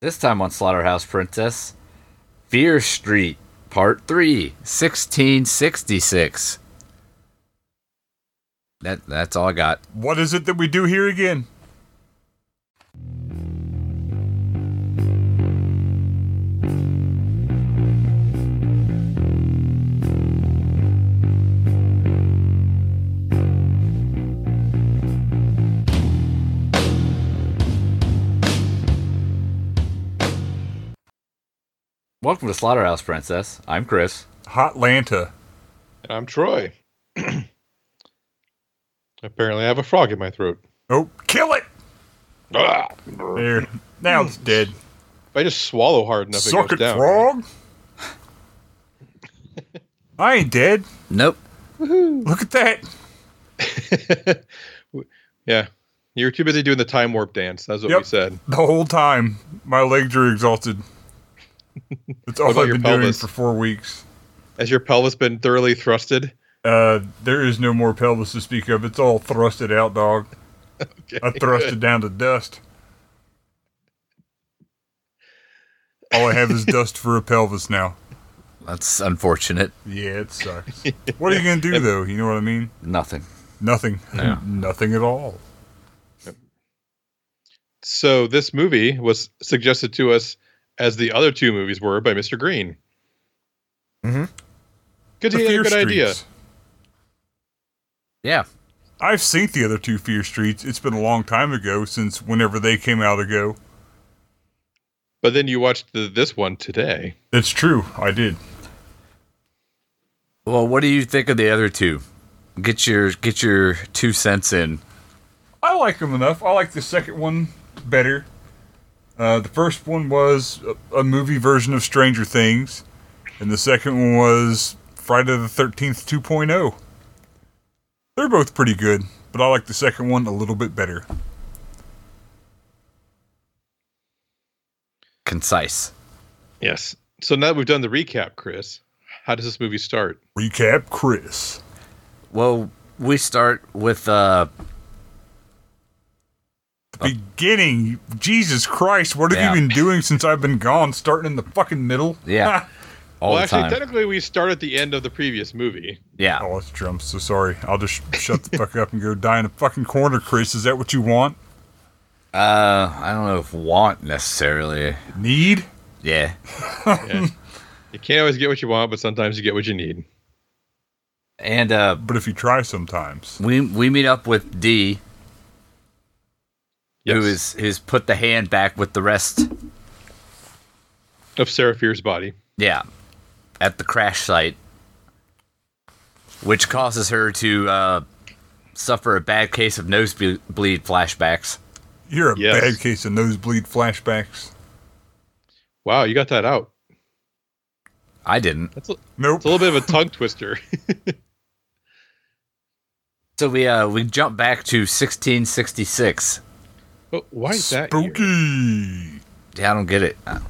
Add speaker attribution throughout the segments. Speaker 1: This time on Slaughterhouse Princess, Fear Street, Part 3, 1666. That, that's all I got.
Speaker 2: What is it that we do here again?
Speaker 1: Welcome to Slaughterhouse Princess. I'm Chris.
Speaker 2: Hot Lanta.
Speaker 3: And I'm Troy. Apparently, I have a frog in my throat.
Speaker 2: Oh, kill it!
Speaker 3: Ah!
Speaker 2: There. Now it's dead.
Speaker 3: If I just swallow hard enough,
Speaker 2: Suck
Speaker 3: it
Speaker 2: it,
Speaker 3: Hmm. goes down.
Speaker 2: frog! I ain't dead.
Speaker 1: Nope.
Speaker 2: Look at that.
Speaker 3: Yeah, you were too busy doing the time warp dance. That's what
Speaker 2: Yep.
Speaker 3: we said.
Speaker 2: The whole time, my legs are exhausted. That's all
Speaker 3: about
Speaker 2: I've
Speaker 3: your
Speaker 2: been doing
Speaker 3: pelvis?
Speaker 2: for four weeks.
Speaker 3: Has your pelvis been thoroughly thrusted?
Speaker 2: Uh, there is no more pelvis to speak of. It's all thrusted out, dog. I thrust it down to dust. All I have is dust for a pelvis now.
Speaker 1: That's unfortunate.
Speaker 2: Yeah, it sucks. what are you gonna do though? You know what I mean?
Speaker 1: Nothing.
Speaker 2: Nothing.
Speaker 1: Yeah.
Speaker 2: Nothing at all.
Speaker 3: So this movie was suggested to us as the other two movies were by Mr. Green.
Speaker 1: Mhm.
Speaker 3: Good,
Speaker 2: Mm-hmm. The
Speaker 3: idea,
Speaker 2: Fear
Speaker 3: good idea.
Speaker 2: Streets.
Speaker 1: Yeah.
Speaker 2: I've seen the other two Fear Streets. It's been a long time ago since whenever they came out ago.
Speaker 3: But then you watched the, this one today.
Speaker 2: It's true. I did.
Speaker 1: Well, what do you think of the other two? Get your get your two cents in.
Speaker 2: I like them enough. I like the second one better. Uh, the first one was a, a movie version of Stranger Things, and the second one was Friday the 13th 2.0. oh. They're both pretty good, but I like the second one a little bit better.
Speaker 1: Concise.
Speaker 3: Yes. So now that we've done the recap, Chris, how does this movie start?
Speaker 2: Recap Chris.
Speaker 1: Well, we start with uh
Speaker 2: The beginning. Jesus Christ, what have
Speaker 1: Yeah.
Speaker 2: you been doing since I've been gone? Starting in the fucking middle?
Speaker 1: yeah. All
Speaker 3: well,
Speaker 1: the
Speaker 3: actually,
Speaker 1: time.
Speaker 3: technically, we start at the end of the previous movie.
Speaker 1: yeah.
Speaker 2: Oh, that's true. I'm so sorry. I'll just shut the fuck up and go die in a fucking corner, Chris. Is that what you want?
Speaker 1: Uh, I don't know if want necessarily.
Speaker 2: Need?
Speaker 1: Yeah.
Speaker 3: Yeah. you can't always get what you want, but sometimes you get what you need.
Speaker 1: And uh
Speaker 2: But if you try sometimes.
Speaker 1: we we meet up with D,
Speaker 3: Yes.
Speaker 1: who is who's put the hand back with the rest.
Speaker 3: of Sarah Fear's body.
Speaker 1: Yeah, at the crash site, which causes her to uh, suffer a bad case of nosebleed flashbacks.
Speaker 2: You're a
Speaker 3: Yes.
Speaker 2: bad case of nosebleed flashbacks.
Speaker 3: Wow, you got that out.
Speaker 1: I didn't.
Speaker 3: That's a, it's
Speaker 2: Nope.
Speaker 3: a little bit of a tongue twister.
Speaker 1: So we uh, we jump back to 1666.
Speaker 3: but why is that? here?
Speaker 2: Spooky.
Speaker 1: Yeah, I don't get it. Uh,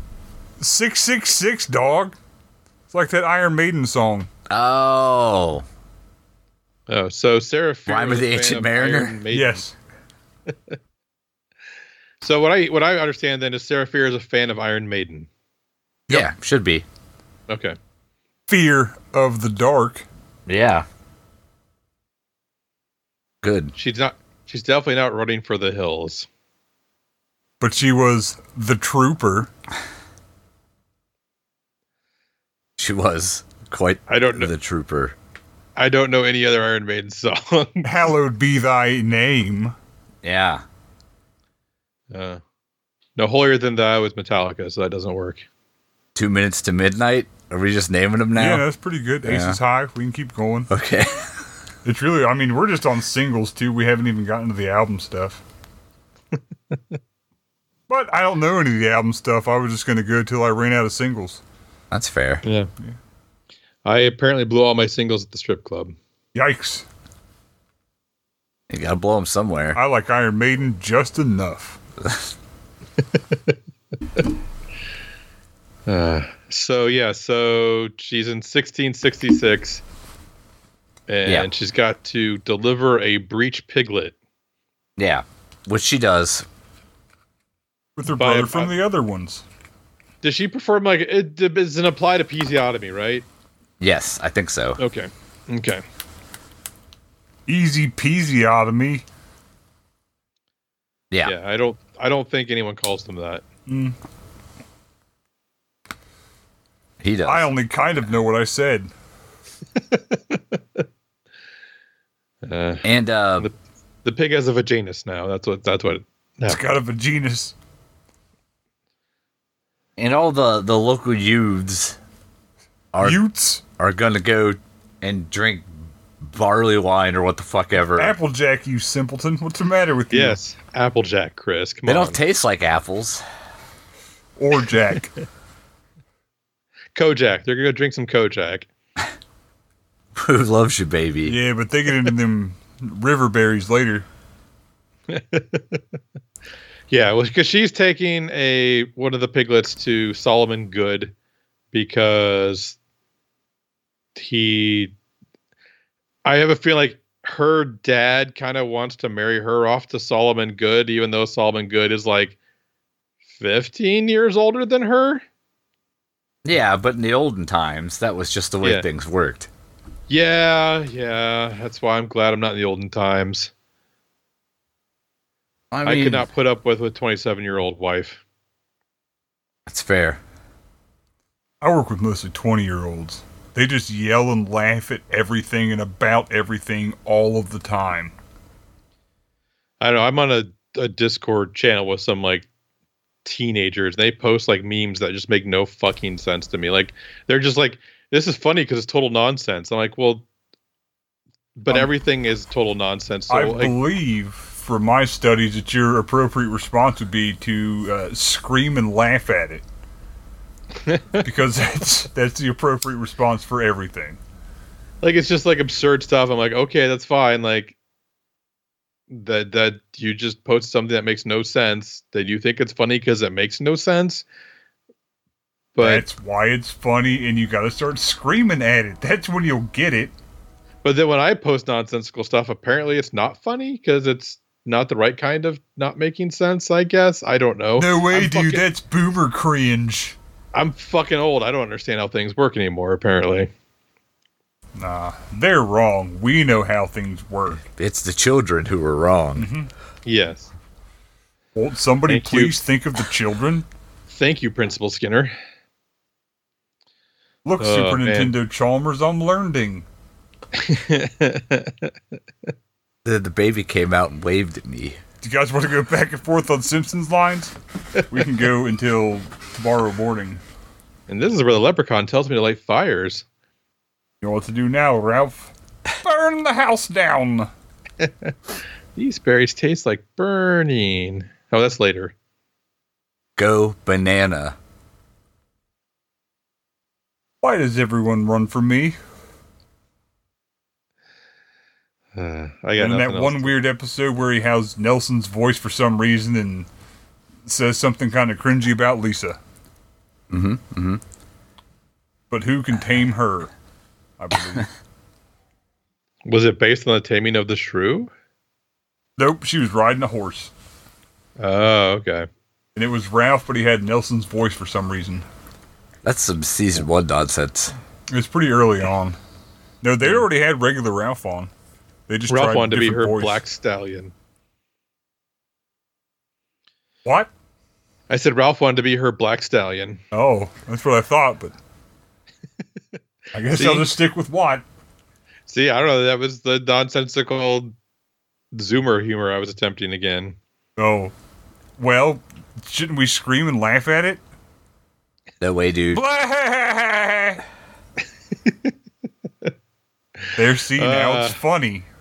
Speaker 2: 666, dog. It's like that Iron Maiden song.
Speaker 1: Oh,
Speaker 3: Oh, so Sarah Fear.
Speaker 1: Rhyme
Speaker 3: was
Speaker 1: of
Speaker 3: a
Speaker 1: the
Speaker 3: fan
Speaker 1: Ancient
Speaker 3: of
Speaker 1: Mariner?
Speaker 3: Iron Maiden.
Speaker 2: Yes.
Speaker 3: So what I what I understand then is Sarah Fear is a fan of Iron Maiden.
Speaker 2: Yep.
Speaker 1: yeah, should be.
Speaker 3: Okay.
Speaker 2: Fear of the Dark.
Speaker 1: Yeah. Good.
Speaker 3: She's not. She's definitely not running for the hills.
Speaker 2: But she was the trooper.
Speaker 1: She was quite
Speaker 3: I don't know.
Speaker 1: the trooper.
Speaker 3: I don't know any other Iron Maiden song.
Speaker 2: Hallowed be thy name.
Speaker 1: Yeah.
Speaker 3: uh, no holier than thou is Metallica, so that doesn't work.
Speaker 1: Two minutes to midnight. Are we just naming them now?
Speaker 2: Yeah, that's pretty good. Ace
Speaker 1: Yeah.
Speaker 2: is high. We can keep going.
Speaker 1: Okay.
Speaker 2: It's really, I mean, we're just on singles too. We haven't even gotten to the album stuff. but I don't know any of the album stuff. I was just going to go till I ran out of singles.
Speaker 1: That's fair.
Speaker 3: Yeah. I apparently blew all my singles at the strip club.
Speaker 2: Yikes.
Speaker 1: You gotta blow them somewhere.
Speaker 2: I like Iron Maiden just enough.
Speaker 3: So yeah, so she's in 1666, and
Speaker 1: Yeah.
Speaker 3: she's got to deliver a breech piglet.
Speaker 1: Yeah, which she does.
Speaker 2: with her
Speaker 3: By-
Speaker 2: brother from the other ones.
Speaker 3: Does she perform like it? it Does it apply to episiotomy, right?
Speaker 1: Yes, I think so.
Speaker 3: Okay. Okay.
Speaker 2: Easy peasy out of me.
Speaker 1: Yeah.
Speaker 3: Yeah. I don't. I don't think anyone calls them that.
Speaker 1: he does.
Speaker 2: I only kind of know what I said.
Speaker 3: Uh,
Speaker 1: and uh,
Speaker 3: The- the pig has a vaginus now. That's what. That's what. No.
Speaker 2: It's got a vaginus.
Speaker 1: and all the the local youths are
Speaker 2: Utes.
Speaker 1: are gonna go and drink barley wine or what the fuck ever.
Speaker 2: Applejack, you simpleton. What's the matter with you?
Speaker 3: Yes. Applejack, Chris. Come
Speaker 1: they
Speaker 3: on.
Speaker 1: don't taste like apples.
Speaker 2: Or Jack.
Speaker 3: Kojak. They're gonna go drink some Kojak.
Speaker 1: Who loves you, baby?
Speaker 2: yeah, but they get into them river berries later.
Speaker 3: Yeah, well, because she's taking a one of the piglets to Solomon Good because he. I have a feeling like her dad kind of wants to marry her off to Solomon Good, even though Solomon Good is like fifteen years older than her.
Speaker 1: Yeah, but in the olden times, that was just the way
Speaker 3: Yeah.
Speaker 1: things worked.
Speaker 3: Yeah, yeah, that's why I'm glad I'm not in the olden times.
Speaker 1: I
Speaker 3: I,
Speaker 1: mean,
Speaker 3: could not put up with a 27 year old wife.
Speaker 1: that's fair.
Speaker 2: I work with mostly 20 year olds. They just yell and laugh at everything and about everything all of the time.
Speaker 3: I don't know. I'm on a, a Discord channel with some like teenagers. They post like memes that just make no fucking sense to me. Like they're just like, this is funny because it's total nonsense. I'm like, well, but
Speaker 2: Um,
Speaker 3: everything is total nonsense. So
Speaker 2: I
Speaker 3: like,
Speaker 2: believe from my studies that your appropriate response would be to uh, scream and laugh at it. because that's that's the appropriate response for everything.
Speaker 3: like it's just like absurd stuff. I'm like, okay, that's fine. Like that that you just post something that makes no sense that you think it's funny because it makes no sense. But
Speaker 2: that's why it's funny, and you got to start screaming at it. That's when you'll get it.
Speaker 3: But then when I post nonsensical stuff, apparently it's not funny because it's not the right kind of not making sense. I guess I don't know.
Speaker 2: No way,
Speaker 3: I'm
Speaker 2: dude.
Speaker 3: Fucking,
Speaker 2: That's boomer cringe.
Speaker 3: I'm fucking old. I don't understand how things work anymore. Apparently,
Speaker 2: Nah, they're wrong. We know how things work.
Speaker 1: It's the children who were wrong.
Speaker 3: Mm-hmm. yes.
Speaker 2: Won't somebody
Speaker 3: Thank you.
Speaker 2: please think of the children?
Speaker 3: Thank you, Principal Skinner.
Speaker 2: Look,
Speaker 3: Oh,
Speaker 2: Super
Speaker 3: man.
Speaker 2: Nintendo Chalmers, I'm learning.
Speaker 1: Then the baby came out and waved at me.
Speaker 2: Do you guys want to go back and forth on Simpsons lines? We can go until tomorrow morning.
Speaker 3: and this is where the leprechaun tells me to light fires.
Speaker 2: You know what to do now, Ralph? Burn the house down.
Speaker 3: These berries taste like burning. Oh, that's later.
Speaker 1: Go banana.
Speaker 2: Why does everyone run from me?
Speaker 3: Uh, I got
Speaker 2: And in
Speaker 3: nothing
Speaker 2: that
Speaker 3: else.
Speaker 2: one weird episode where he has Nelson's voice for some reason and says something kind of cringy about Lisa.
Speaker 1: Mm-hmm. Mm-hmm.
Speaker 2: But who can tame her? I believe.
Speaker 3: Was it based on the taming of the shrew?
Speaker 2: nope, she was riding a horse.
Speaker 3: Oh, okay.
Speaker 2: And it was Ralph, but he had Nelson's voice for some reason.
Speaker 1: That's some season one nonsense.
Speaker 2: It was pretty early on. No, they already had regular Ralph on. They just
Speaker 3: Ralph
Speaker 2: tried
Speaker 3: wanted to be
Speaker 2: different
Speaker 3: her
Speaker 2: voice.
Speaker 3: black stallion.
Speaker 2: What?
Speaker 3: I said Ralph wanted to be her black stallion.
Speaker 2: Oh, that's what I thought, but I guess I'll
Speaker 3: See?
Speaker 2: just stick with Watt.
Speaker 3: See, I don't know. That was the nonsensical Zoomer humor I was attempting again.
Speaker 2: Oh, well, shouldn't we scream and laugh at it?
Speaker 1: No way, dude.
Speaker 2: Blah! They're seeing how it's
Speaker 3: Uh.
Speaker 2: funny.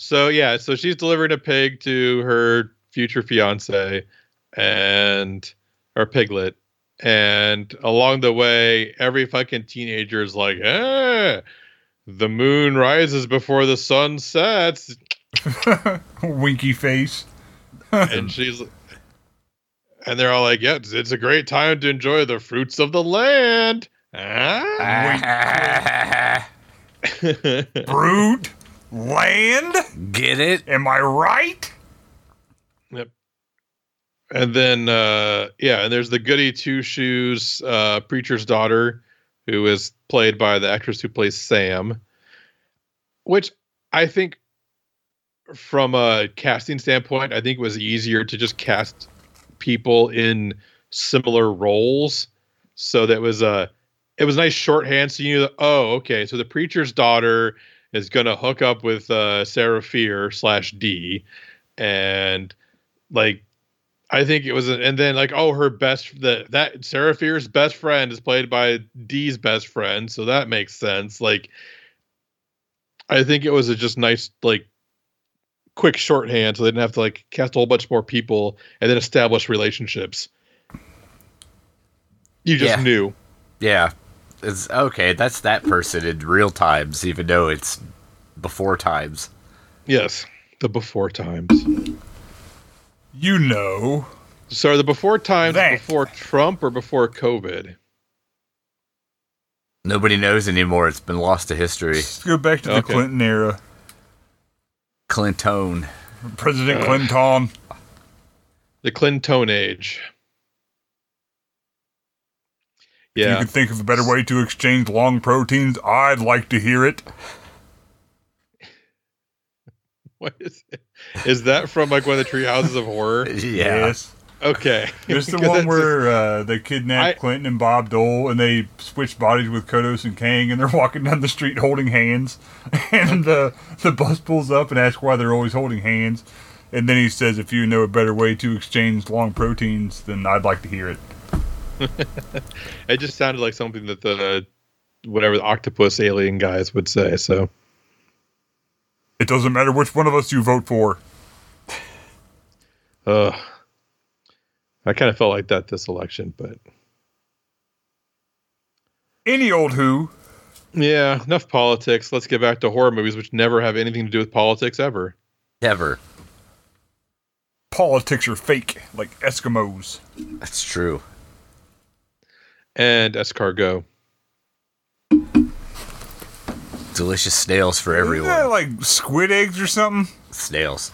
Speaker 3: So yeah, so she's delivering a pig to her future fiance and or piglet. And along the way, every fucking teenager is like, eh, the moon rises before the sun sets.
Speaker 2: Winky face.
Speaker 3: and she's and they're all like, yeah, it's, it's a great time to enjoy the fruits of the land. Ah.
Speaker 2: Brood. Land.
Speaker 1: Get it?
Speaker 2: Am I right?
Speaker 3: Yep. and then uh yeah and there's the goody two shoes uh preacher's daughter who is played by the actress who plays sam which i think from a casting standpoint i think it was easier to just cast people in similar roles so that was uh, a it was nice shorthand so you knew that oh okay so the preacher's daughter is going to hook up with uh sarah fear slash d and like I think it was, and then like, oh, her best the that Sarah Fear's best friend is played by Dee's best friend, so that makes sense. Like, I think it was a just nice like quick shorthand, so they didn't have to like cast a whole bunch more people and then establish relationships. You just
Speaker 1: Yeah.
Speaker 3: knew,
Speaker 1: Yeah. It's okay, that's that person in real times, even though it's before times.
Speaker 3: yes, the before times.
Speaker 2: You know.
Speaker 3: So are the before times
Speaker 2: That.
Speaker 3: before Trump or before COVID?
Speaker 1: Nobody knows anymore. It's been lost to history.
Speaker 2: Let's go back to the
Speaker 3: Okay.
Speaker 2: Clinton era.
Speaker 1: Clinton.
Speaker 2: President Clinton.
Speaker 3: The Clinton age.
Speaker 2: If you
Speaker 3: Yeah.
Speaker 2: could think of a better way to exchange long proteins, I'd like to hear it.
Speaker 3: What is it? Is that from like one of the tree houses of horror?
Speaker 1: Yeah.
Speaker 3: Okay.
Speaker 2: There's the
Speaker 3: 'Cause
Speaker 2: one
Speaker 3: that's-
Speaker 2: where uh, they kidnapped
Speaker 3: I-
Speaker 2: Clinton and Bob Dole, and they switch bodies with Kodos and Kang, and they're walking down the street holding hands. And the the bus pulls up and asks why they're always holding hands. And then he says, "If you know a better way to exchange long proteins, then I'd like to hear it."
Speaker 3: it just sounded like something that the whatever the octopus alien guys would say. So
Speaker 2: It doesn't matter which one of us you vote for.
Speaker 3: uh I kind of felt like that this election, but
Speaker 2: Any old who.
Speaker 3: yeah, enough politics. Let's get back to horror movies, which never have anything to do with politics ever.
Speaker 1: Ever.
Speaker 2: Politics are fake, like Eskimos.
Speaker 1: That's true.
Speaker 3: And escargot.
Speaker 1: Delicious snails for
Speaker 2: Isn't that
Speaker 1: everyone.
Speaker 2: like squid eggs or something?
Speaker 1: Snails.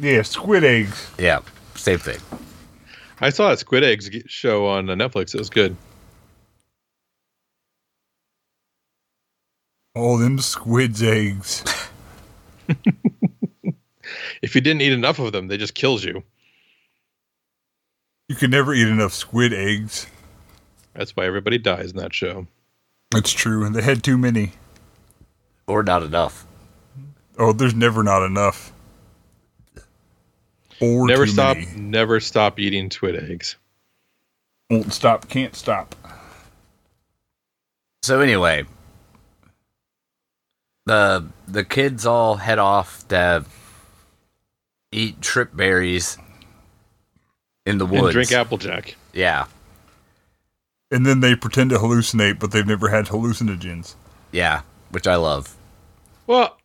Speaker 2: Yeah, squid eggs.
Speaker 1: Yeah. Same thing.
Speaker 3: I saw that Squid Eggs ge- show on uh, Netflix. It was good.
Speaker 2: All them squid's eggs.
Speaker 3: If you didn't eat enough of them, they just kills you.
Speaker 2: You can never eat enough squid eggs.
Speaker 3: That's why everybody dies in that show.
Speaker 2: That's true, and they had too many.
Speaker 1: Or not enough.
Speaker 2: Oh, there's never not enough. Or
Speaker 3: never
Speaker 2: too
Speaker 3: stop,
Speaker 2: many.
Speaker 3: never stop eating Squid Eggs.
Speaker 2: Won't stop. Can't stop.
Speaker 1: So anyway, the the kids all head off to eat trip berries in the woods.
Speaker 3: And drink Applejack.
Speaker 1: Yeah,
Speaker 2: And then they pretend to hallucinate, but they've never had hallucinogens.
Speaker 1: yeah, which I love.
Speaker 3: Well,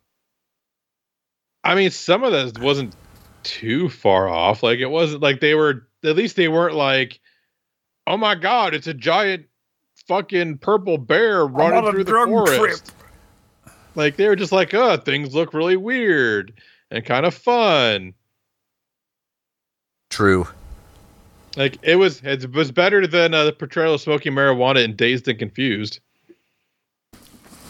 Speaker 3: I mean, some of that wasn't too far off. Like it wasn't like they were. At least they weren't like, oh my god, it's a giant fucking purple bear
Speaker 2: on
Speaker 3: running
Speaker 2: a
Speaker 3: through the
Speaker 2: drug trip."
Speaker 3: forest. Like they were just like, oh, things look really weird and kind of fun.
Speaker 1: True.
Speaker 3: Like it was, it was better than uh, the portrayal of smoking marijuana in Dazed and Confused.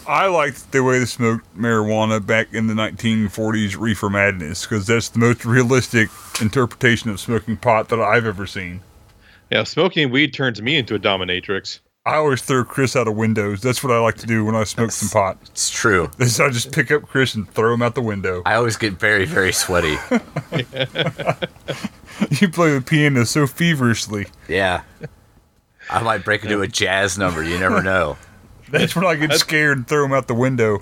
Speaker 2: I liked the way they smoked marijuana back in the 1940s reefer madness because that's the most realistic interpretation of smoking pot that I've ever seen.
Speaker 3: Yeah, smoking weed turns me into a dominatrix.
Speaker 2: I always throw Chris out of windows. That's what I like to do when I smoke some pot.
Speaker 1: It's true.
Speaker 2: Is I just pick up Chris and throw him out the window.
Speaker 1: I always get very very sweaty.
Speaker 2: You play the piano so feverishly.
Speaker 1: yeah. I might break into a jazz number. You never know.
Speaker 2: That's when I get scared and throw him out the window.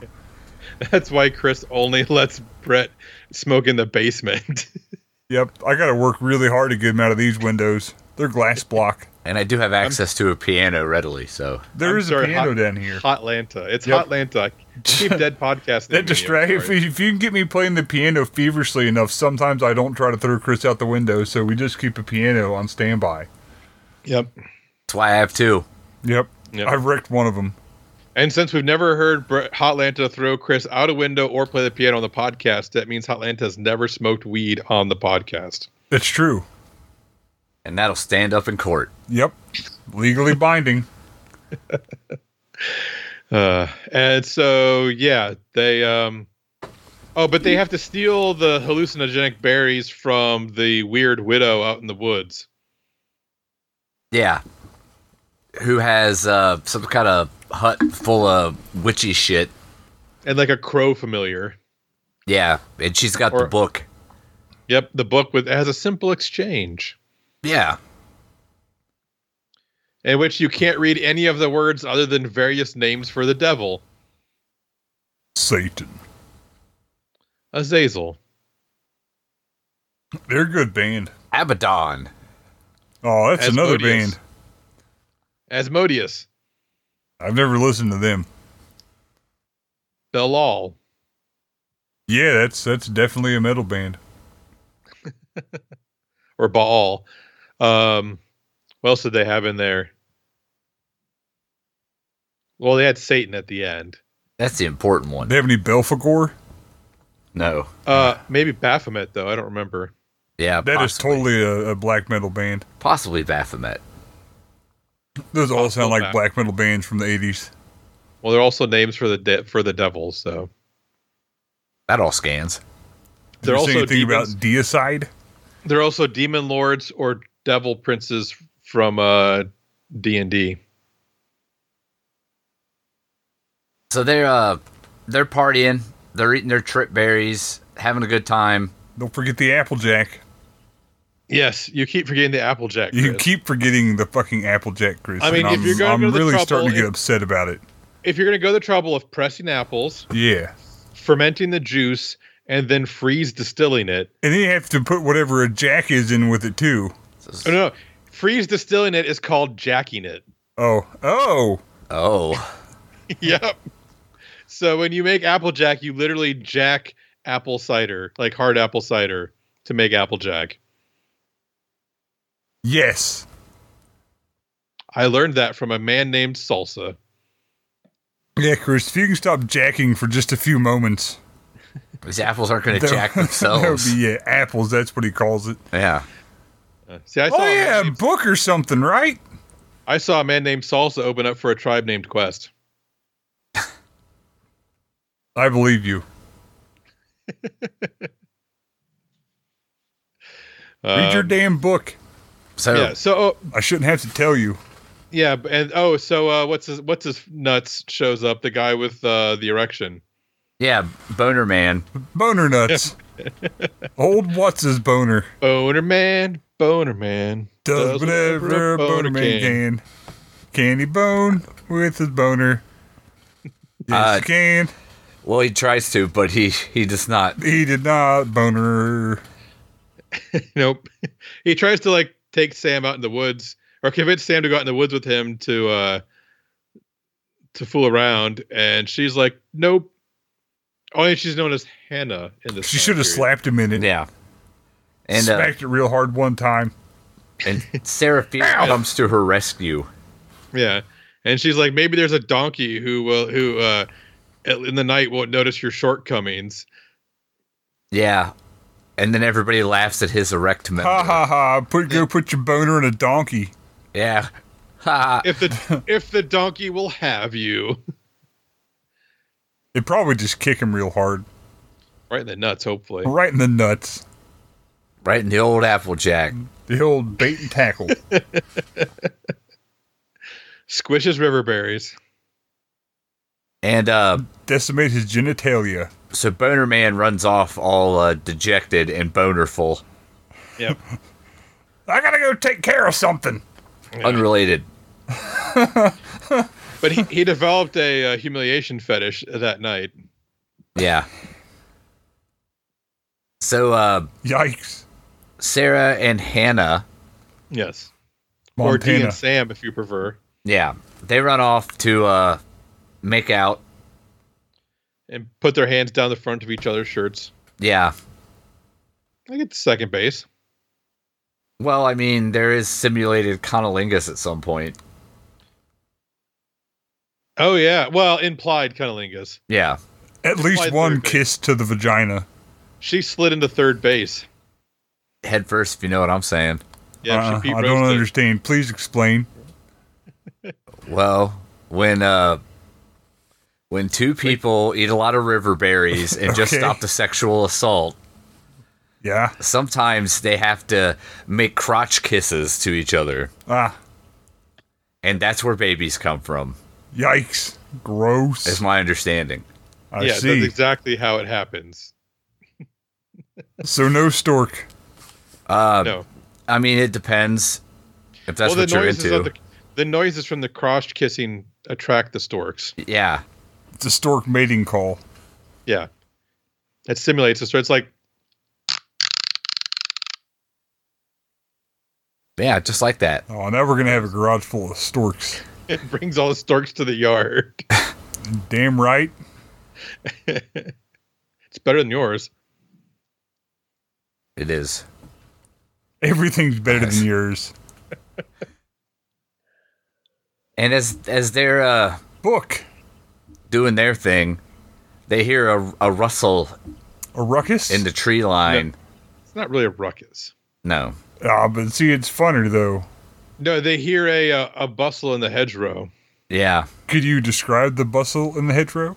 Speaker 3: That's why Chris only lets Brett smoke in the basement.
Speaker 2: Yep, I gotta work really hard to get him out of these windows. They're glass block.
Speaker 1: And I do have access to a piano readily, so
Speaker 2: There
Speaker 3: I'm
Speaker 2: is
Speaker 3: sorry,
Speaker 2: a piano
Speaker 3: hot-
Speaker 2: down here.
Speaker 3: Hotlanta. It's
Speaker 2: Yep.
Speaker 3: Hotlanta. Keep dead podcasting.
Speaker 2: That distract. If, you- if you can get me playing the piano feverishly enough, sometimes I don't try to throw Chris out the window, so we just keep a piano on standby.
Speaker 3: Yep.
Speaker 1: that's why I have two.
Speaker 2: Yep,
Speaker 3: Yep.
Speaker 2: I've wrecked one of them.
Speaker 3: And since we've never heard Bre- Hotlanta throw Chris out a window or play the piano on the podcast, that means Hotlanta has never smoked weed on the podcast.
Speaker 2: It's true.
Speaker 1: and that'll stand up in court.
Speaker 2: Yep. Legally binding.
Speaker 3: Uh, and so yeah, they um oh, but they have to steal the hallucinogenic berries from the weird widow out in the woods.
Speaker 1: Yeah. Who has uh, some kind of hut full of witchy shit?
Speaker 3: And like a crow familiar.
Speaker 1: Yeah, and she's got the
Speaker 3: Or-
Speaker 1: book.
Speaker 3: Yep, the book with it has a simple exchange
Speaker 1: Yeah,
Speaker 3: in which you can't read any of the words other than various names for the devil.
Speaker 2: Satan.
Speaker 3: Azazel.
Speaker 2: They're a good band.
Speaker 1: Abaddon.
Speaker 2: Oh, that's another
Speaker 3: Asmodeus.
Speaker 2: band.
Speaker 3: Asmodeus.
Speaker 2: I've never listened to them.
Speaker 3: Belal.
Speaker 2: Yeah, that's that's definitely a metal band.
Speaker 3: or Baal. Um, what else did they have in there? Well, they had Satan at the end.
Speaker 1: That's the important one.
Speaker 2: They have any Belphegor?
Speaker 1: No.
Speaker 3: Uh, maybe Baphomet though. I don't remember.
Speaker 1: Yeah,
Speaker 2: That is
Speaker 1: possibly.
Speaker 2: totally a, a black metal band.
Speaker 1: possibly Baphomet.
Speaker 2: Those all sound like
Speaker 3: Black.
Speaker 2: black metal bands from the 80s.
Speaker 3: Well, they're also names for the de- for the devils. So
Speaker 1: That all scans.
Speaker 2: Did
Speaker 3: they're
Speaker 2: you see
Speaker 3: also
Speaker 2: anything
Speaker 3: demons,
Speaker 2: about Deicide?
Speaker 3: they're also demon lords or devil princes from uh D and D.
Speaker 1: So they're uh, they're partying. They're eating their trip berries, having a good time.
Speaker 2: Don't forget the Applejack.
Speaker 3: Yes, you keep forgetting the Applejack.
Speaker 2: You
Speaker 3: Chris.
Speaker 2: keep forgetting the fucking Applejack, Chris.
Speaker 3: I mean,
Speaker 2: and
Speaker 3: if you're gonna
Speaker 2: I'm,
Speaker 3: go
Speaker 2: I'm
Speaker 3: to the
Speaker 2: really
Speaker 3: trouble,
Speaker 2: starting to get
Speaker 3: it-
Speaker 2: upset about it.
Speaker 3: if you're gonna go the trouble of pressing apples,
Speaker 2: Yeah.
Speaker 3: fermenting the juice, and then freeze distilling it,
Speaker 2: And then you have to put whatever a jack is in with it, too.
Speaker 3: Oh, no, no. freeze distilling it is called jacking it.
Speaker 2: Oh. Oh.
Speaker 1: Oh,
Speaker 3: yep. So when you make applejack, you literally jack apple cider, like hard apple cider, to make applejack.
Speaker 2: Yes.
Speaker 3: I learned that from a man named Salsa.
Speaker 2: Yeah, Chris, if you can stop jacking for just a few moments.
Speaker 1: these apples aren't going to
Speaker 2: that-
Speaker 1: jack
Speaker 2: that would
Speaker 1: themselves.
Speaker 2: be yeah, apples. That's what he calls it.
Speaker 1: yeah.
Speaker 3: Uh, See, I saw
Speaker 2: Oh,
Speaker 3: a man
Speaker 2: yeah, a
Speaker 3: named-
Speaker 2: book or something, right?
Speaker 3: I saw a man named Salsa open up for a tribe named Quest.
Speaker 2: I believe you. Read your
Speaker 3: Um,
Speaker 2: damn book.
Speaker 1: So
Speaker 3: yeah. So oh,
Speaker 2: I shouldn't have to tell you.
Speaker 3: yeah, b- and oh, so uh, what's his what's his nuts shows up? The guy with uh, the erection.
Speaker 1: yeah, boner man.
Speaker 2: Boner nuts. Old what's his boner?
Speaker 3: Boner man, boner man
Speaker 2: Does whatever a boner man can. Can he bone with his boner? Yes,
Speaker 1: Uh,
Speaker 2: he can.
Speaker 1: Well, he tries to, but he he does not.
Speaker 2: He did not boner.
Speaker 3: Nope. he tries to like take Sam out in the woods or convince Sam to go out in the woods with him to uh to fool around and she's like, Nope. Only she's known as Hannah in this.
Speaker 2: She
Speaker 3: time
Speaker 2: should have
Speaker 3: period.
Speaker 2: slapped him in it.
Speaker 1: Yeah. And uh,
Speaker 2: Smacked it real hard one time.
Speaker 1: and Sarah Fear comes to her rescue.
Speaker 3: Yeah. And she's like, Maybe there's a donkey who will who uh at- in the night won't notice your shortcomings.
Speaker 1: Yeah. And then everybody laughs at his erect member.
Speaker 2: Ha ha ha. Put, go put your boner in a donkey.
Speaker 1: Yeah. Ha.
Speaker 3: If the if the donkey will have you.
Speaker 2: It'd probably just kick him real hard.
Speaker 3: Right in the nuts, hopefully.
Speaker 2: Right in the nuts.
Speaker 1: Right in the old Applejack.
Speaker 2: The old bait and tackle.
Speaker 3: Squishes river berries.
Speaker 1: And uh,
Speaker 2: Decimate his genitalia.
Speaker 1: so Boner Man runs off all uh, dejected and bonerful.
Speaker 3: Yep.
Speaker 2: I gotta go take care of something.
Speaker 1: Unrelated.
Speaker 3: But he, he developed a uh, humiliation fetish that night.
Speaker 1: Yeah. So uh,
Speaker 2: Yikes.
Speaker 1: Sarah and Hannah,
Speaker 3: Yes. Or D
Speaker 2: Montana.
Speaker 3: and Sam, if you prefer.
Speaker 1: yeah, they run off to uh, make out.
Speaker 3: And put their hands down the front of each other's shirts.
Speaker 1: Yeah.
Speaker 3: I get to second base.
Speaker 1: Well, I mean, there is simulated conolingus at some point.
Speaker 3: Oh, yeah. Well, implied cunnilingus.
Speaker 1: Yeah.
Speaker 2: At least
Speaker 3: Slide
Speaker 2: one
Speaker 3: third base.
Speaker 2: kiss to the vagina.
Speaker 3: She slid into third base.
Speaker 1: Head first, if you know what I'm saying.
Speaker 3: Yeah,
Speaker 2: Uh,
Speaker 3: she beat
Speaker 2: I don't
Speaker 3: roasted.
Speaker 2: understand. Please explain.
Speaker 1: Well, when uh when two people eat a lot of river berries and just
Speaker 2: Okay.
Speaker 1: stop the sexual assault,
Speaker 2: Yeah.
Speaker 1: sometimes they have to make crotch kisses to each other.
Speaker 2: Ah.
Speaker 1: And that's where babies come from,
Speaker 2: Yikes.
Speaker 1: is
Speaker 2: Gross.
Speaker 1: my understanding.
Speaker 2: I
Speaker 3: yeah,
Speaker 2: see.
Speaker 3: that's exactly how it happens.
Speaker 2: so no stork.
Speaker 1: Uh,
Speaker 3: no,
Speaker 1: I mean, it depends if that's
Speaker 3: well,
Speaker 1: what
Speaker 3: the
Speaker 1: you're
Speaker 3: noises
Speaker 1: into.
Speaker 3: of the the noises from the cross kissing attract the storks.
Speaker 1: Yeah.
Speaker 2: It's a stork mating call.
Speaker 3: Yeah, it stimulates the storks. It's like
Speaker 1: Yeah, just like that.
Speaker 2: Oh, now we're gonna have a garage full of storks.
Speaker 3: it brings all the storks to the yard.
Speaker 2: Damn right.
Speaker 3: It's better than yours.
Speaker 1: It is.
Speaker 2: Everything's better
Speaker 1: Nice.
Speaker 2: than yours.
Speaker 1: And as as they're uh,
Speaker 2: Book.
Speaker 1: doing their thing, they hear a, a rustle
Speaker 2: A ruckus.
Speaker 1: in the tree line.
Speaker 3: It's not really a ruckus.
Speaker 1: No.
Speaker 2: ah, but see, it's funner though.
Speaker 3: No, they hear a a, a bustle in the hedgerow.
Speaker 1: Yeah.
Speaker 2: Could you describe the bustle in the hedgerow?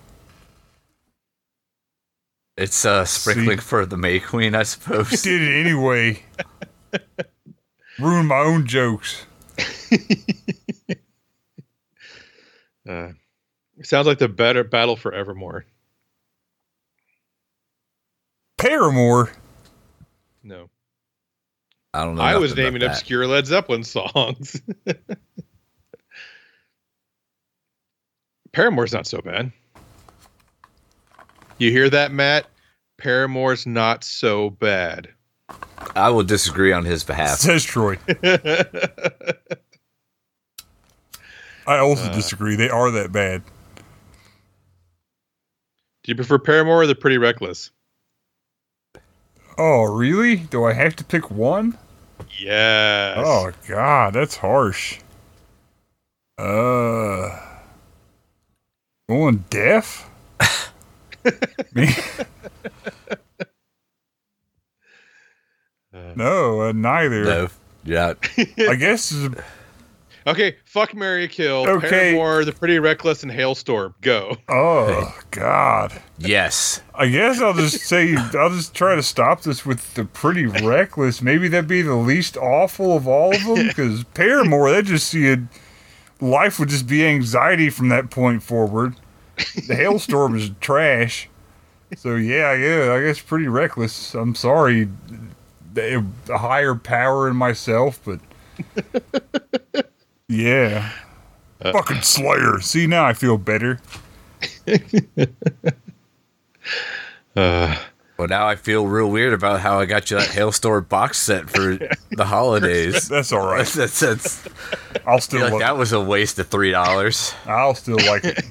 Speaker 1: It's uh, sprinkling
Speaker 2: See?
Speaker 1: for the May Queen, I suppose.
Speaker 2: Did it anyway. Ruin my own jokes.
Speaker 3: Uh, it sounds like the better battle for evermore.
Speaker 2: Paramore.
Speaker 3: No,
Speaker 1: I don't know.
Speaker 3: I was
Speaker 1: nothing about
Speaker 3: naming
Speaker 1: that.
Speaker 3: obscure Led Zeppelin songs. Paramore's not so bad. You hear that, Matt? Paramore's not so bad.
Speaker 1: I will disagree on his behalf.
Speaker 2: Says Troy. I also disagree. They are that bad.
Speaker 3: Do you prefer Paramore or the Pretty Reckless?
Speaker 2: Oh, really? Do I have to pick one?
Speaker 3: Yes.
Speaker 2: Oh God, that's harsh. Uh, going deaf. Me?
Speaker 3: Uh.
Speaker 2: no, uh, neither.
Speaker 1: No. Yeah.
Speaker 2: I guess it's
Speaker 3: Okay, fuck Mary Kill,
Speaker 2: Okay.
Speaker 3: Paramore, The Pretty Reckless, and Hailstorm. Go.
Speaker 2: Oh God!
Speaker 1: Yes.
Speaker 2: I guess I'll just say I'll just try to stop this with the pretty reckless. Maybe that'd be the least awful of all of them because Paramore, that just see it. Life would just be anxiety from that point forward. The hailstorm is trash. So yeah, yeah, I guess pretty reckless. I'm sorry, a higher power in myself, but yeah,
Speaker 1: Uh.
Speaker 2: fucking Slayer. See now I feel better.
Speaker 3: Uh,
Speaker 1: Well, now I feel real weird about how I got you that Hailstorm box set for the holidays.
Speaker 2: That's all right.
Speaker 1: that's, that's,
Speaker 2: I'll still
Speaker 1: you're like,
Speaker 2: love
Speaker 1: that was a waste of three dollars.
Speaker 2: I'll still like it.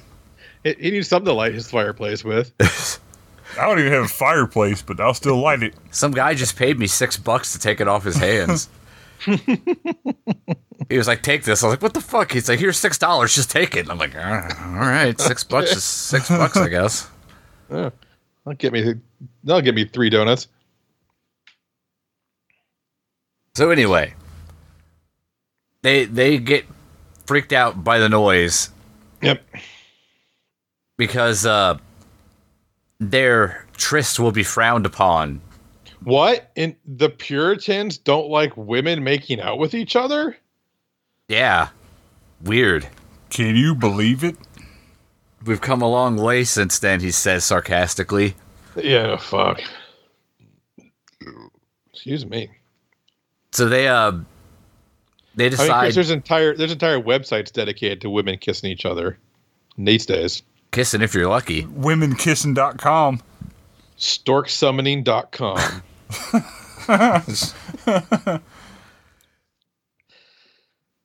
Speaker 3: he, he needs something to light his fireplace with.
Speaker 2: I don't even have a fireplace, but I'll still light it.
Speaker 1: Some guy just paid me six bucks to take it off his hands. he was like, "Take this." I was like, "What the fuck?" He's like, "Here's six dollars. Just take it." And I'm like, "Ah, "All right, six bucks is six bucks, I guess."
Speaker 3: Oh, that'll get me. That'll get me three donuts.
Speaker 1: So anyway, they they get freaked out by the noise
Speaker 3: Yep.
Speaker 1: because uh, their tryst will be frowned upon.
Speaker 3: What? And the Puritans don't like women making out with each other?
Speaker 1: Yeah, weird.
Speaker 2: Can you believe it?
Speaker 1: We've come a long way since then. He says sarcastically.
Speaker 3: Yeah, no, fuck. Excuse me.
Speaker 1: So they uh they
Speaker 3: I mean,
Speaker 1: decide
Speaker 3: Chris, there's entire there's entire websites dedicated to women kissing each other these days.
Speaker 1: kissing if you're lucky.
Speaker 2: WomenKissing.com.
Speaker 3: Storksummoning.com.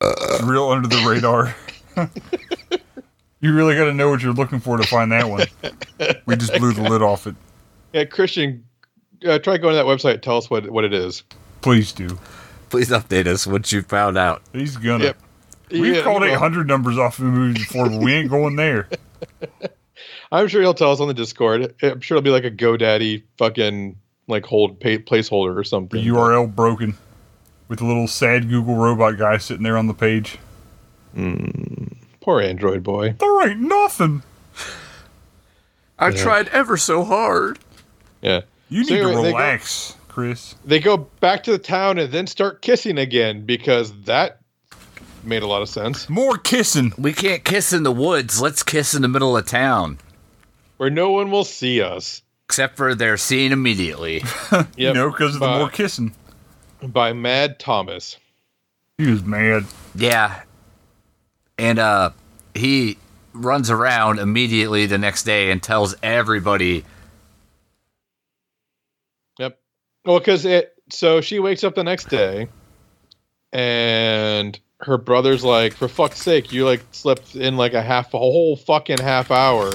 Speaker 2: It's real under the radar. you really got to know what you're looking for to find that one. We just blew the lid off it.
Speaker 3: yeah, Christian, uh, try going to that website. and Tell us what what it is.
Speaker 2: Please do.
Speaker 1: Please update us what you found out.
Speaker 2: He's gonna.
Speaker 3: Yep.
Speaker 2: We've
Speaker 3: Yeah,
Speaker 2: called
Speaker 3: he will.
Speaker 2: 800 numbers off of movies before, but we ain't going there.
Speaker 3: I'm sure he'll tell us on the Discord. I'm sure it'll be like a GoDaddy fucking like hold pay, placeholder or
Speaker 2: The
Speaker 3: something.
Speaker 2: URL broken. with the little sad Google robot guy sitting there on the page.
Speaker 3: Poor Android boy.
Speaker 2: There ain't nothing.
Speaker 1: I tried ever so hard.
Speaker 3: Yeah.
Speaker 2: You
Speaker 3: So
Speaker 2: need to
Speaker 3: anyway, they go-
Speaker 2: relax, Chris.
Speaker 3: They go back to the town and then start kissing again because that made a lot of sense.
Speaker 2: More kissing.
Speaker 1: We can't kiss in the woods. Let's kiss in the middle of town.
Speaker 3: Where no one will see us.
Speaker 1: Except for they're seen immediately.
Speaker 2: You
Speaker 3: Yep.
Speaker 2: know, because of the
Speaker 3: by,
Speaker 2: more kissing.
Speaker 3: by Mad Thomas.
Speaker 2: He was mad.
Speaker 1: yeah. And uh he runs around immediately the next day and tells everybody
Speaker 3: Yep. Well, because it. So she wakes up the next day, and her brother's like, "For fuck's sake, you like slept in like a half, a whole fucking half hour,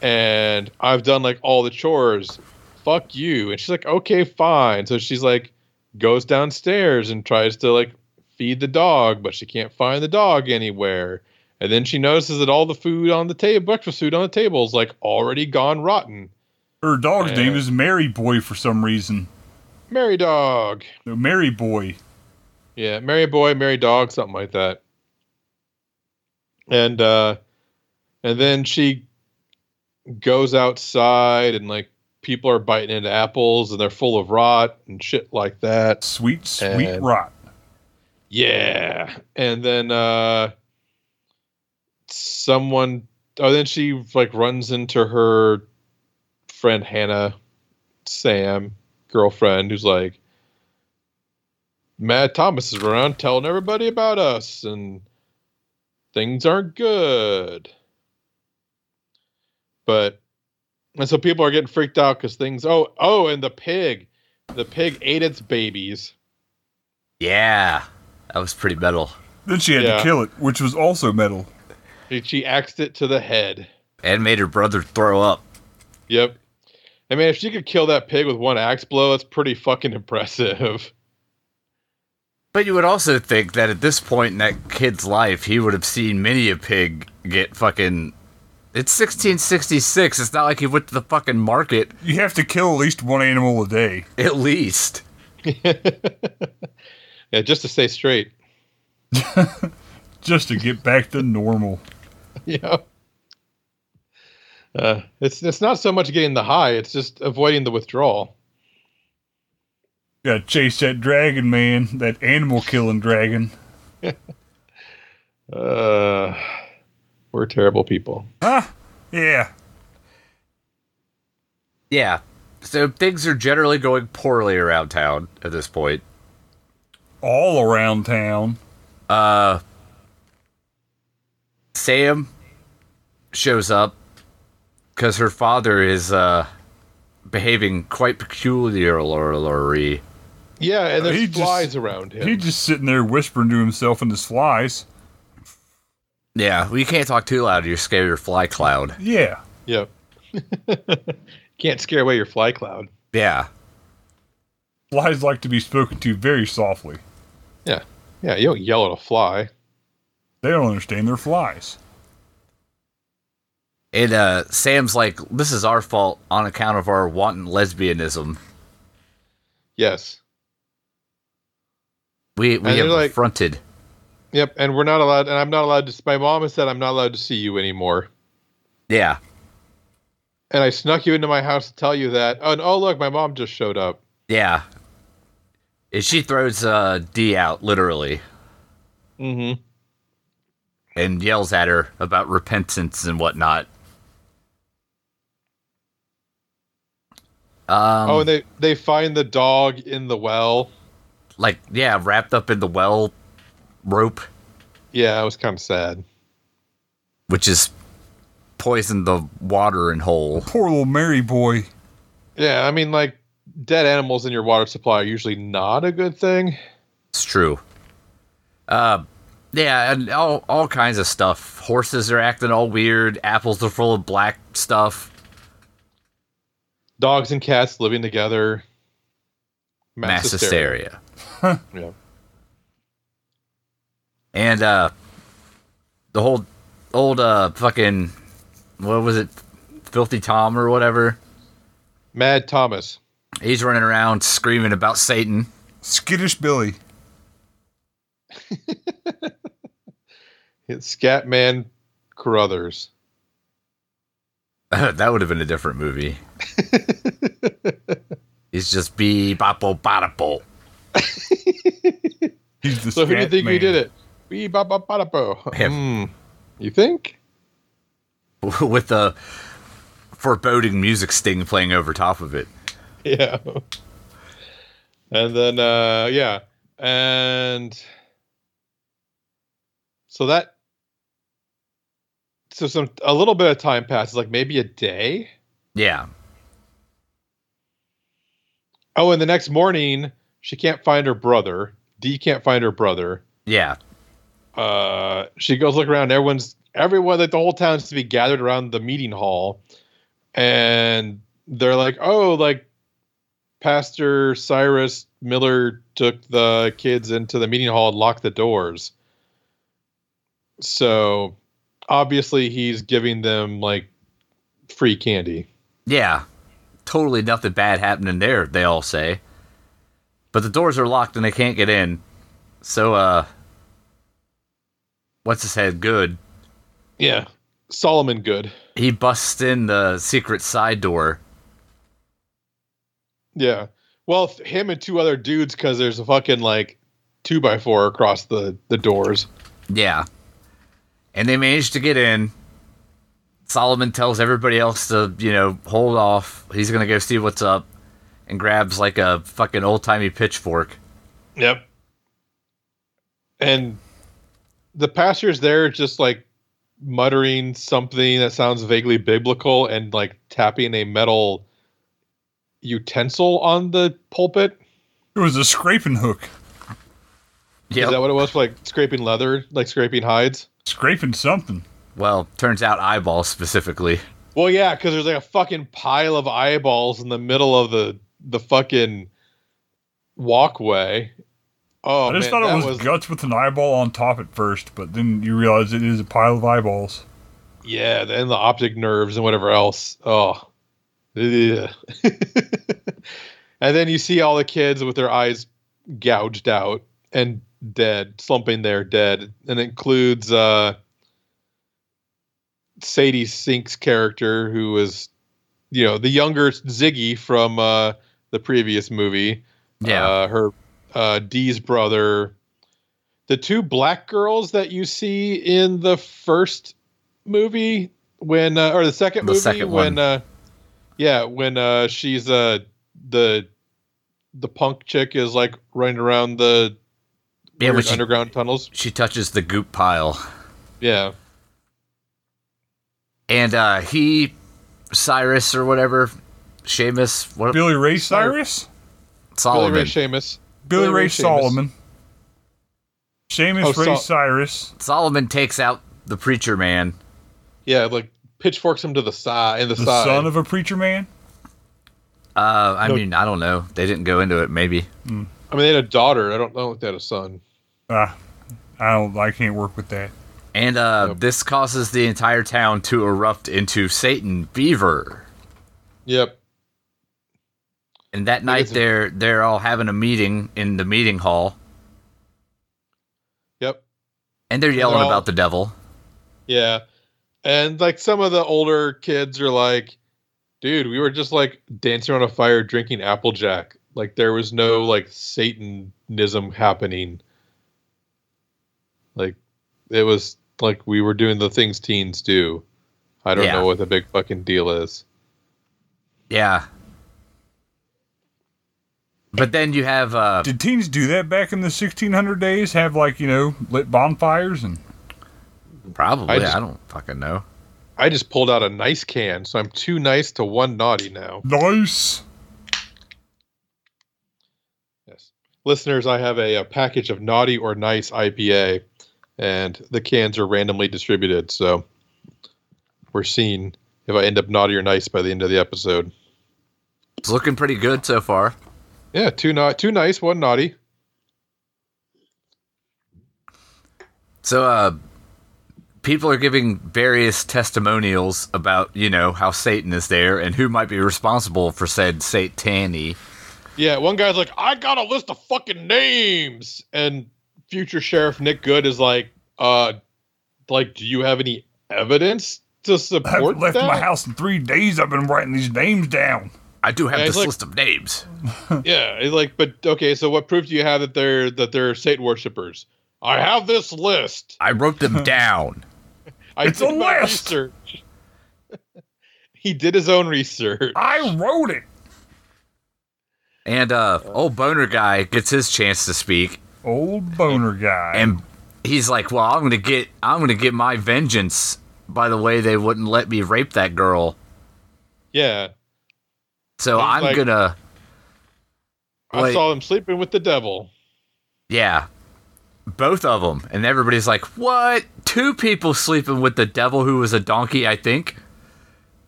Speaker 3: and I've done like all the chores. Fuck you." And she's like, "Okay, fine." So she's like, goes downstairs and tries to like feed the dog, but she can't find the dog anywhere. And then she notices that all the food on the table, breakfast food on the table, is like already gone rotten.
Speaker 2: Her dog's
Speaker 3: Yeah.
Speaker 2: name is Mary Boy for some reason.
Speaker 3: Mary dog.
Speaker 2: No, Mary Boy.
Speaker 3: Yeah, marry a boy, marry a dog, something like that. And uh and then she goes outside and like people are biting into apples and they're full of rot and shit like that.
Speaker 2: Sweet, sweet
Speaker 3: And-
Speaker 2: rot.
Speaker 3: Yeah. And then uh someone oh then she like runs into her friend Hannah Sam, girlfriend, who's like Matt Thomas is around telling everybody about us and things aren't good. But and so people are getting freaked out because things oh oh and the pig. The pig ate its babies.
Speaker 1: Yeah. That was pretty metal.
Speaker 2: Then she had
Speaker 3: Yeah.
Speaker 2: to kill it, which was also metal.
Speaker 3: She, she axed it to the head.
Speaker 1: And made her brother throw up.
Speaker 3: Yep. I mean, if she could kill that pig with one axe blow, that's pretty fucking impressive.
Speaker 1: But you would also think that at this point in that kid's life, he would have seen many a pig get fucking. It's 1666. It's not like he went to the fucking market,
Speaker 2: You have to kill at least one animal a day.
Speaker 1: at least.
Speaker 3: Yeah, just to stay straight.
Speaker 2: just to get back to normal.
Speaker 3: Yeah. Uh, it's it's not so much getting the high; it's just avoiding the withdrawal.
Speaker 2: Gotta chase that dragon, man. That animal killing dragon.
Speaker 3: Uh, we're terrible people.
Speaker 2: Yeah.
Speaker 1: Yeah. So things are generally going poorly around town at this point.
Speaker 2: All around town.
Speaker 1: Uh. Sam shows up because her father is, uh, behaving quite peculiarly.
Speaker 3: Yeah, and
Speaker 2: Uh, He
Speaker 3: there's
Speaker 2: just-
Speaker 3: flies around him.
Speaker 2: He just sitting there whispering to himself in his flies.
Speaker 1: Yeah, well, you can't talk too loud. You scare your fly cloud.
Speaker 2: Yeah.
Speaker 3: yep. Can't scare away your fly cloud.
Speaker 1: Yeah.
Speaker 2: Flies like to be spoken to very softly.
Speaker 3: Yeah, yeah. You don't yell at a fly.
Speaker 2: They don't understand their flies.
Speaker 1: And uh, Sam's like, this is our fault on account of our wanton lesbianism.
Speaker 3: Yes.
Speaker 1: We we
Speaker 3: And they're
Speaker 1: have
Speaker 3: like-
Speaker 1: affronted.
Speaker 3: Yep, and we're not allowed, and I'm not allowed to. My mom has said I'm not allowed to see you anymore.
Speaker 1: Yeah.
Speaker 3: And I snuck you into my house to tell you that. Oh, and, oh look, my mom just showed up.
Speaker 1: Yeah. And she throws uh, D out, literally,
Speaker 3: Mm-hmm.
Speaker 1: and yells at her about repentance and whatnot. Um,
Speaker 3: oh, and they they find the dog in the well.
Speaker 1: like, yeah, wrapped up in the well rope,
Speaker 3: Yeah, it was kind of sad.
Speaker 1: which is poisoned the water and hole.
Speaker 2: Poor little Mary boy.
Speaker 3: Yeah, I mean, like dead animals in your water supply are usually not a good thing.
Speaker 1: It's true. Uh, yeah, and all all kinds of stuff. Horses are acting all weird. Apples are full of black stuff.
Speaker 3: Dogs and cats living together.
Speaker 1: Mass, hysteria.
Speaker 3: Yeah.
Speaker 1: And uh, the whole old uh fucking what was it, filthy Tom or whatever.
Speaker 3: Mad Thomas.
Speaker 1: He's running around screaming about Satan.
Speaker 2: Skittish Billy.
Speaker 3: it's Scatman Carruthers.
Speaker 1: that would have been a different movie. It's just be bopo bodapo.
Speaker 2: He's the
Speaker 3: so who do you
Speaker 2: scat
Speaker 3: think
Speaker 2: man.
Speaker 3: we did it? We ba ba ba da bo.
Speaker 1: Him.
Speaker 3: Hmm. You think?
Speaker 1: with the foreboding music sting playing over top of it.
Speaker 3: Yeah. And then uh yeah. And so that so some a little bit of time passes, like maybe a day.
Speaker 1: Yeah.
Speaker 3: Oh, and the next morning she can't find her brother. Dee can't find her brother.
Speaker 1: Yeah.
Speaker 3: uh, she goes look around. Everyone's everyone like the whole town seems to be gathered around the meeting hall, and they're like, "Oh, like Pastor Cyrus Miller took the kids into the meeting hall and locked the doors." So obviously he's giving them like free candy.
Speaker 1: Yeah. Totally nothing bad happening there, they all say. But the doors are locked and they can't get in. So uh what's his head good?
Speaker 3: Yeah, Solomon Good.
Speaker 1: He busts in the secret side door.
Speaker 3: Yeah. Well, f- him and two other dudes because there's a fucking like two by four across the the doors.
Speaker 1: Yeah. And they manage to get in. Solomon tells everybody else to, you know, hold off. He's going to go see what's up and grabs like a fucking old timey pitchfork.
Speaker 3: Yep. And the pastor's there just like muttering something that sounds vaguely biblical and like tapping a metal utensil on the pulpit.
Speaker 2: It was a scraping hook,
Speaker 3: Is
Speaker 1: Yep.
Speaker 3: that what it was for like scraping leather, like scraping hides?
Speaker 2: scraping something.
Speaker 1: well, turns out eyeballs specifically.
Speaker 3: Well, yeah, because there's like a fucking pile of eyeballs in the middle of the the fucking walkway. Oh,
Speaker 2: I just
Speaker 3: man,
Speaker 2: thought it
Speaker 3: that
Speaker 2: was, guts with an eyeball on top at first, but then you realize it is a pile of eyeballs.
Speaker 3: Yeah, and the optic nerves and whatever else. Oh, Ugh. and then you see all the kids with their eyes gouged out and dead, slumping there, dead. And it includes uh, Sadie Sink's character, who was, you know, the younger Ziggy from uh, the previous movie.
Speaker 1: Yeah.
Speaker 3: Uh, her uh, Dee's brother. The two black girls that you see in the first movie when uh, or the second
Speaker 1: The
Speaker 3: movie
Speaker 1: second
Speaker 3: when
Speaker 1: one.
Speaker 3: uh yeah, when uh she's uh the the punk chick is like running around the
Speaker 1: yeah,
Speaker 3: weird
Speaker 1: when she,
Speaker 3: underground tunnels.
Speaker 1: she touches the goop pile.
Speaker 3: Yeah.
Speaker 1: And uh he, Cyrus or whatever, Seamus, what,
Speaker 2: Billy Ray Cyrus?
Speaker 1: Solomon.
Speaker 3: Billy Ray Seamus.
Speaker 2: Billy,
Speaker 3: Billy
Speaker 2: Ray,
Speaker 3: Ray Cyrus.
Speaker 2: Solomon. Seamus
Speaker 3: Oh,
Speaker 2: Ray
Speaker 3: Sol-
Speaker 2: Cyrus.
Speaker 1: Solomon takes out the preacher man.
Speaker 3: Yeah, like pitchforks him to the side in the,
Speaker 2: The
Speaker 3: side.
Speaker 2: son of a preacher man?
Speaker 1: Uh, I
Speaker 3: No.
Speaker 1: mean, I don't know. They didn't go into it, maybe.
Speaker 3: I mean they had a daughter. I don't I don't think they had a son.
Speaker 2: Ah, I don't. I can't work with that.
Speaker 1: And uh,
Speaker 3: Yep.
Speaker 1: this causes the entire town to erupt into Satan Beaver.
Speaker 3: Yep.
Speaker 1: And that night,
Speaker 3: is a-
Speaker 1: they're they're all having a meeting in the meeting hall,
Speaker 3: Yep.
Speaker 1: and they're yelling
Speaker 3: all-
Speaker 1: about the devil.
Speaker 3: Yeah. And like some of the older kids are like, dude, we were just like dancing around a fire drinking Applejack. Like there was no like Satanism happening. Like it was like we were doing the things teens do. I don't
Speaker 1: Yeah.
Speaker 3: know what the big fucking deal is.
Speaker 1: Yeah. But then you have uh,
Speaker 2: Did teens do that back in the 1600 days? Have like you know lit bonfires and
Speaker 1: probably
Speaker 3: I just-
Speaker 1: I don't fucking know.
Speaker 3: I just pulled out a nice can, so I'm too nice to one naughty now.
Speaker 2: nice.
Speaker 3: Yes. Listeners, I have a, a package of naughty or nice IPA, and the cans are randomly distributed. So we're seeing if I end up naughty or nice by the end of the episode.
Speaker 1: It's looking pretty good so far.
Speaker 3: Yeah, two, na- two nice, one naughty.
Speaker 1: So uh, people are giving various testimonials about you know how Satan is there and who might be responsible for said Satani.
Speaker 3: Yeah, one guy's like, I got a list of fucking names. And future sheriff Nick Good is like, uh, like, do you have any evidence
Speaker 2: I
Speaker 3: to
Speaker 2: haven't
Speaker 3: support
Speaker 2: left
Speaker 3: that?
Speaker 2: my house in three days. I've been writing these names down.
Speaker 1: I do have
Speaker 3: Yeah,
Speaker 1: this
Speaker 3: it's like-
Speaker 1: list of names.
Speaker 3: Yeah, it's like, but okay, so what proof do you have that they're that they're Satan worshippers? I have this list.
Speaker 1: I wrote them down.
Speaker 3: I
Speaker 2: It's
Speaker 3: did
Speaker 2: a
Speaker 3: my
Speaker 2: list!
Speaker 3: research. Ah. he did his own research.
Speaker 2: I wrote it.
Speaker 1: And uh, old boner guy gets his chance to speak,
Speaker 2: Old boner guy.
Speaker 1: and he's like, "Well, I'm gonna get, I'm gonna get my vengeance." By the way, they wouldn't let me rape that girl,
Speaker 3: Yeah,
Speaker 1: so
Speaker 3: He's
Speaker 1: I'm
Speaker 3: like-
Speaker 1: gonna,
Speaker 3: I
Speaker 1: Like-
Speaker 3: saw him sleeping with the devil.
Speaker 1: yeah, both of them. And everybody's like, "What? Two people sleeping with the devil who was a donkey?" I think.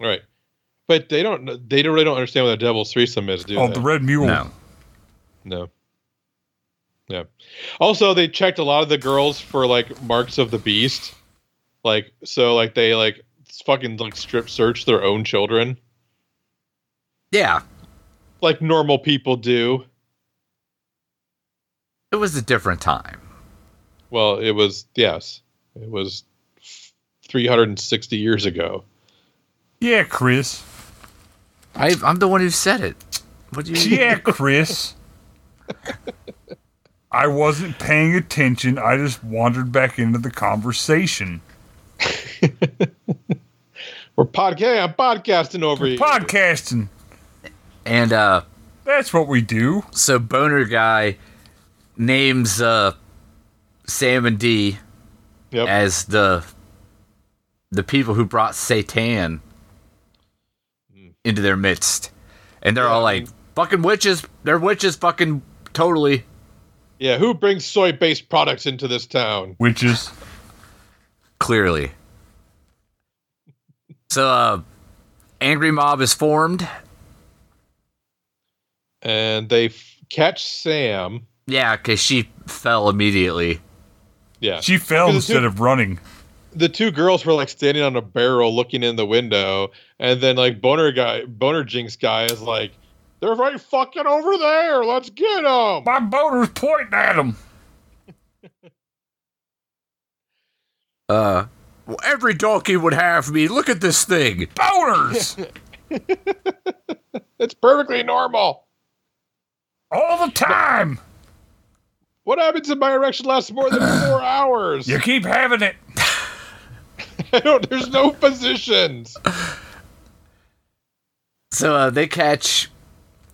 Speaker 3: Right, but they don't. kn- They don't really don't understand what a devil's threesome is, do
Speaker 2: oh,
Speaker 3: they?
Speaker 2: the red mule.
Speaker 1: No,
Speaker 3: no. Yeah. Also, they checked a lot of the girls for like marks of the beast, like so, like they like fucking like strip search their own children.
Speaker 1: yeah,
Speaker 3: like normal people do.
Speaker 1: it was a different time.
Speaker 3: Well, it was yes, it was 360 years ago.
Speaker 2: Yeah, Chris.
Speaker 1: I, I'm the one who said it. What do you?
Speaker 2: Yeah, Chris. I wasn't paying attention. I just wandered back into the conversation.
Speaker 3: We're podcast. I'm podcasting over here.
Speaker 2: Podcasting.
Speaker 1: And uh,
Speaker 2: That's what we do.
Speaker 1: so boner guy names uh Sam and D
Speaker 3: Yep.
Speaker 1: as the the people who brought Satan into their midst. And they're all
Speaker 3: Hmm. Yeah, I
Speaker 1: like fucking witches, they're witches fucking totally.
Speaker 3: yeah. Who brings soy-based products into this town?
Speaker 2: Which is
Speaker 1: clearly. So uh angry mob is formed.
Speaker 3: And they f- catch Sam.
Speaker 1: Yeah, cuz she fell immediately.
Speaker 3: Yeah.
Speaker 2: she fell
Speaker 3: Because the two-
Speaker 2: instead of running.
Speaker 3: the two girls were like standing on a barrel looking in the window, and then like boner guy, boner jinx guy is like, "They're right fucking over there. Let's get them."
Speaker 2: My boner's pointing at him.
Speaker 1: Uh well, every donkey would have me. Look at this thing.
Speaker 2: Boners
Speaker 3: It's perfectly normal.
Speaker 2: all the time.
Speaker 3: What happens if my erection lasts more than four hours?
Speaker 2: You keep having it.
Speaker 3: I don't, there's no positions.
Speaker 1: So uh, they catch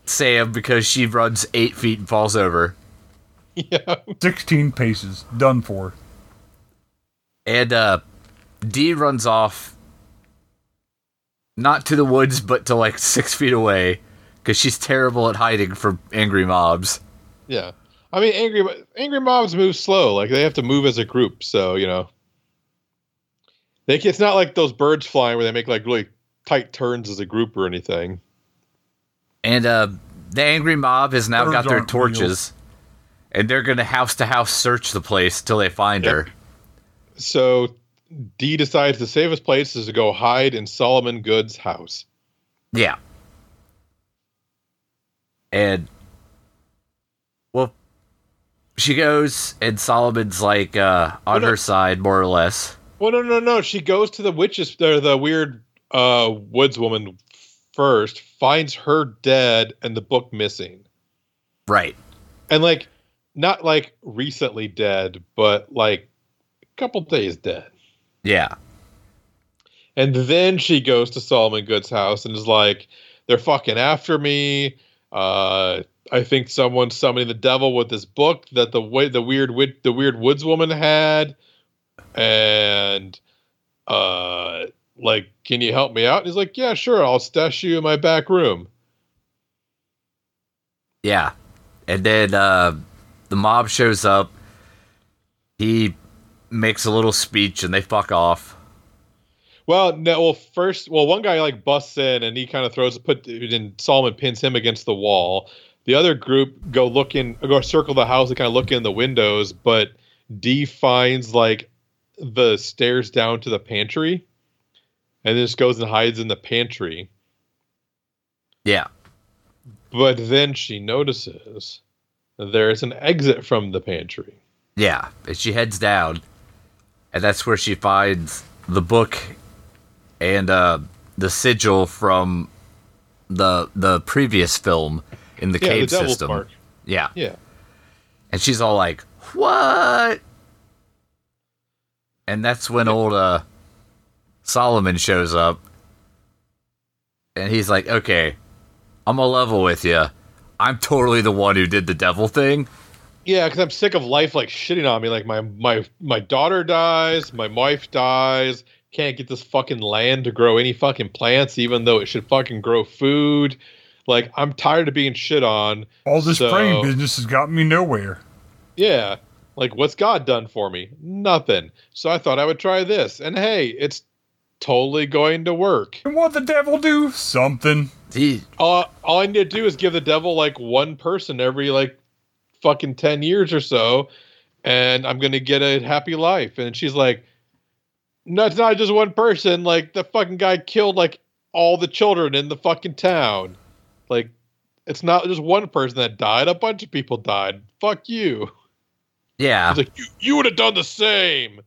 Speaker 1: Sam because she runs eight feet and falls over,
Speaker 3: Yeah.
Speaker 2: 16 paces. Done for.
Speaker 1: and uh, D runs off, not to the woods, but to like six feet away, because she's terrible at hiding from angry mobs.
Speaker 3: Yeah. I mean, angry angry mobs move slow. Like they have to move as a group. So you know, they it's not like those birds flying where they make like really tight turns as a group or anything.
Speaker 1: And uh, the angry mob has now
Speaker 2: Birds
Speaker 1: got their
Speaker 2: aren't
Speaker 1: torches,
Speaker 2: real.
Speaker 1: and they're gonna house to house search the place till they find
Speaker 3: Yep.
Speaker 1: her.
Speaker 3: So D decides the safest place is to go hide in Solomon Good's house.
Speaker 1: Yeah. And well, she goes, and Solomon's like uh, on
Speaker 3: What a-
Speaker 1: her side, more or less.
Speaker 3: Well, no, no, no. She goes to the witches, or the weird uh, woods woman first, finds her dead and the book missing.
Speaker 1: Right.
Speaker 3: and like not like recently dead but like a couple days dead
Speaker 1: Yeah.
Speaker 3: and then she goes to solomon good's house and is like they're fucking after me uh i think someone's summoning the devil with this book that the way the weird wit the weird woods woman had and uh like can you help me out and he's like yeah sure i'll stash you in my back room
Speaker 1: Yeah. And then uh, the mob shows up. He makes a little speech, and they fuck off.
Speaker 3: Well, no. Well, first, well, one guy like busts in and he kind of throws put and Solomon pins him against the wall. The other group go looking, go circle the house and kind of look in the windows, but D finds like the stairs down to the pantry, and just goes and hides in the pantry.
Speaker 1: Yeah.
Speaker 3: But then she notices there is an exit from the pantry.
Speaker 1: Yeah, and she heads down, and that's where she finds the book and uh, the sigil from the the previous film in the
Speaker 3: Yeah,
Speaker 1: cave
Speaker 3: the devil
Speaker 1: system.
Speaker 3: part.
Speaker 1: Yeah,
Speaker 3: Yeah.
Speaker 1: and she's all like, "What?" And that's when old uh, Solomon shows up, and he's like, "Okay, I'm a level with you. I'm totally the one who did the devil thing."
Speaker 3: Yeah, because I'm sick of life like shitting on me. Like my my my daughter dies, my wife dies. Can't get this fucking land to grow any fucking plants, even though it should fucking grow food. Like I'm tired of being shit on.
Speaker 2: All this
Speaker 3: So-
Speaker 2: praying business has gotten me nowhere.
Speaker 3: Yeah. Like, what's God done for me? Nothing. So I thought I would try this. And hey, it's totally going to work.
Speaker 2: And what the devil do? Something.
Speaker 1: He
Speaker 3: All, all I need to do is give the devil like one person every like fucking 10 years or so, and I'm going to get a happy life. And she's like, no, it's not just one person. Like, the fucking guy killed like all the children in the fucking town. Like, it's not just one person that died, a bunch of people died. Fuck you.
Speaker 1: Yeah,
Speaker 3: He's like, you, you would have done the same.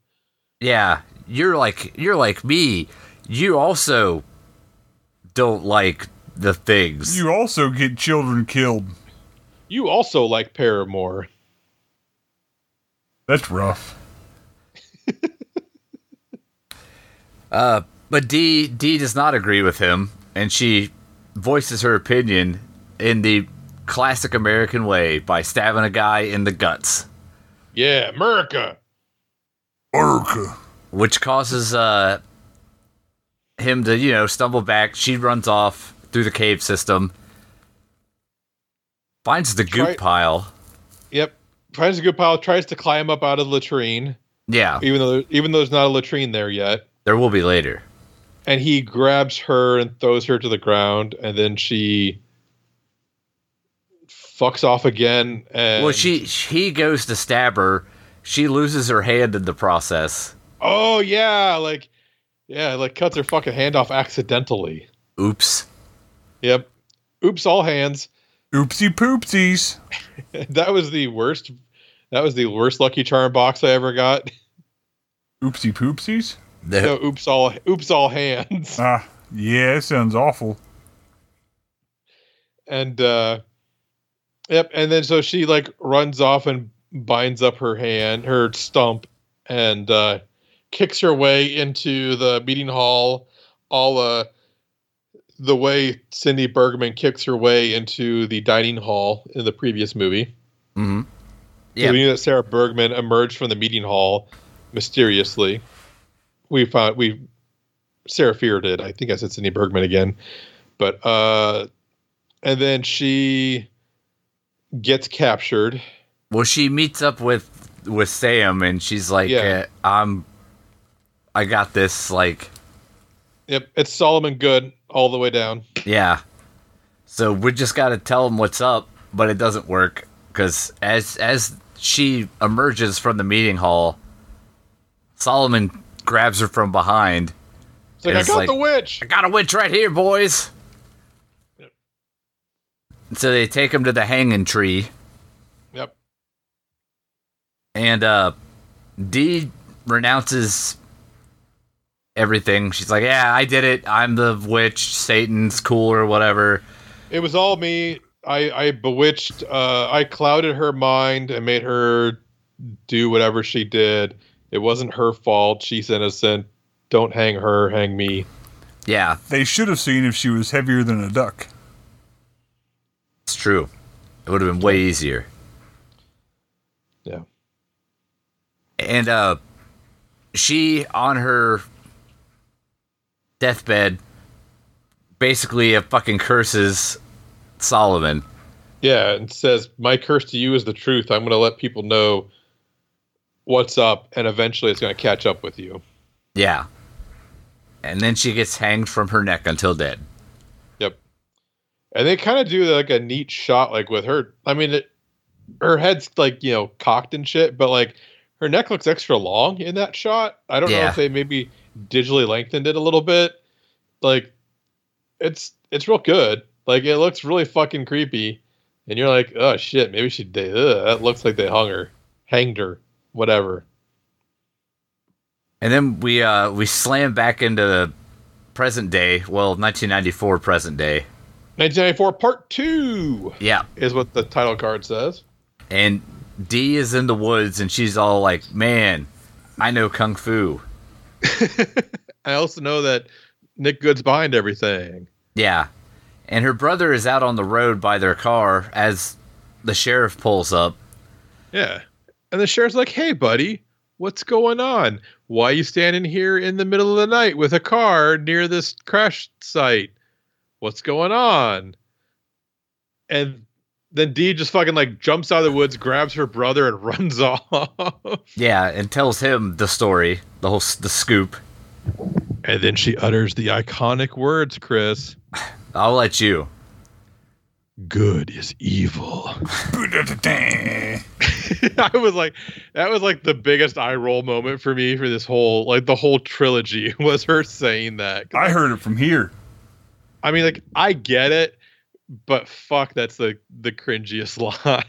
Speaker 1: yeah. You're like you're like me. You also don't like the things.
Speaker 2: You also get children killed.
Speaker 3: You also like Paramore.
Speaker 2: That's rough.
Speaker 1: uh, but D D does not agree with him, and she voices her opinion in the classic American way by stabbing a guy in the guts,
Speaker 3: Yeah, America.
Speaker 2: Urka.
Speaker 1: which causes uh him to you know stumble back. She runs off through the cave system, finds the goop
Speaker 3: Try-
Speaker 1: pile.
Speaker 3: Yep. Finds a good pile, tries to climb up out of the latrine,
Speaker 1: Yeah,
Speaker 3: even though even though there's not a latrine there yet.
Speaker 1: there will be later.
Speaker 3: And he grabs her and throws her to the ground, and then she fucks off again. And
Speaker 1: Well, she he goes to stab her. She loses her hand in the process.
Speaker 3: Oh yeah, like yeah, like cuts her fucking hand off accidentally.
Speaker 1: Oops.
Speaker 3: Yep. Oops, all hands.
Speaker 2: Oopsie poopsies.
Speaker 3: that was the worst. That was the worst Lucky Charm box I ever got.
Speaker 2: Oopsie poopsies?
Speaker 1: The-
Speaker 3: No, oops all oops all hands.
Speaker 2: Ah, yeah, it sounds awful.
Speaker 3: And uh yep, and then so she like runs off and binds up her hand, her stump and uh kicks her way into the meeting hall all uh the way Cindy Bergman kicks her way into the dining hall in the previous movie.
Speaker 1: mhm.
Speaker 3: Yeah.
Speaker 1: Yeah.
Speaker 3: We knew that Sarah Bergman emerged from the meeting hall mysteriously. We found we Sarah Fear did. I think I said Cindy Bergman again. But uh and then she gets captured.
Speaker 1: Well, she meets up with with Sam, and she's like,
Speaker 3: Yeah.
Speaker 1: uh, "I'm, I got this." Like,
Speaker 3: Yep, it's Solomon Good all the way down.
Speaker 1: yeah. So we just got to tell him what's up, but it doesn't work because as as she emerges from the meeting hall, Solomon grabs her from behind.
Speaker 3: It's like
Speaker 1: It's
Speaker 3: I got
Speaker 1: like-
Speaker 3: the witch.
Speaker 1: I got a witch right here, boys. So they take him to the hanging tree,
Speaker 3: Yep.
Speaker 1: and uh, Dee renounces everything. She's like, "Yeah, I did it. I'm the witch. Satan's cool or whatever."
Speaker 3: It was all me. I, I bewitched uh I clouded her mind and made her do whatever she did. It wasn't her fault. She's innocent. Don't hang her, hang me.
Speaker 1: Yeah,
Speaker 2: They should have seen if she was heavier than a duck.
Speaker 1: it's true. It would have been way easier.
Speaker 3: Yeah.
Speaker 1: And uh, she on her deathbed basically uh, fucking curses Solomon.
Speaker 3: Yeah, and says, My curse to you is the truth. I'm going to let people know what's up, and eventually it's going to catch up with you.
Speaker 1: Yeah. And then she gets hanged from her neck until dead.
Speaker 3: Yep. And they kind of do like a neat shot, like with her. I mean, it, her head's like, you know, cocked and shit, but like her neck looks extra long in that shot. I don't know
Speaker 1: Yeah.
Speaker 3: if they maybe digitally lengthened it a little bit. Like, it's it's real good. Like, it looks really fucking creepy. And you're like, oh shit, maybe she did. Ugh, that looks like they hung her, hanged her. whatever.
Speaker 1: And then we uh, we slam back into the present day. Well, 1994 present day.
Speaker 3: 1994 Part Two
Speaker 1: Yeah.
Speaker 3: is what the title card says.
Speaker 1: And Dee is in the woods, and she's all like, "Man, I know kung fu."
Speaker 3: I also know that Nick Good's behind everything.
Speaker 1: Yeah. And her brother is out on the road by their car as the sheriff pulls up.
Speaker 3: Yeah. And the sheriff's like, hey, buddy, what's going on? Why you standing here in the middle of the night with a car near this crash site? What's going on? And then Dee just fucking like jumps out of the woods, grabs her brother, and runs off.
Speaker 1: Yeah, and tells him the story, the whole s- the scoop.
Speaker 3: And then she utters the iconic words, Chris
Speaker 1: I'll let you.
Speaker 3: good is evil.
Speaker 2: Boo-da-da-da.
Speaker 3: I was like, that was like the biggest eye roll moment for me for this whole, like the whole trilogy was her saying that. 'Cause
Speaker 2: I heard it from here.
Speaker 3: I mean, like I get it, but fuck, that's the the cringiest lie.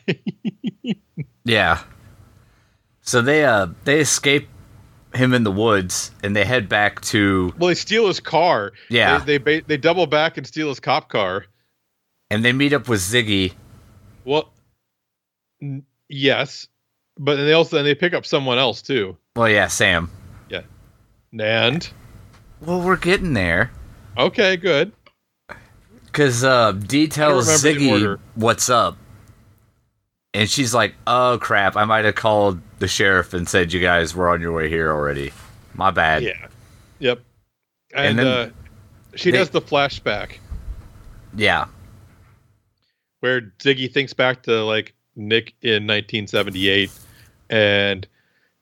Speaker 1: Yeah. So they uh they escape him in the woods and they head back to
Speaker 3: well, they steal his car.
Speaker 1: Yeah.
Speaker 3: they they, ba- they double back and steal his cop car.
Speaker 1: and they meet up with Ziggy.
Speaker 3: Well, n- yes, but then they also then they pick up someone else too.
Speaker 1: Well, yeah, Sam.
Speaker 3: And
Speaker 1: Well, we're getting there
Speaker 3: okay, good.
Speaker 1: cuz uh Dee tells
Speaker 3: remember the
Speaker 1: Ziggy
Speaker 3: order.
Speaker 1: what's up. And she's like, "Oh crap, I might have called the sheriff and said you guys were on your way here already. My bad."
Speaker 3: Yeah, yep.
Speaker 1: And
Speaker 3: And,
Speaker 1: then
Speaker 3: uh, she
Speaker 1: they-
Speaker 3: does the flashback
Speaker 1: Yeah.
Speaker 3: where Ziggy thinks back to like Nick in 1978, and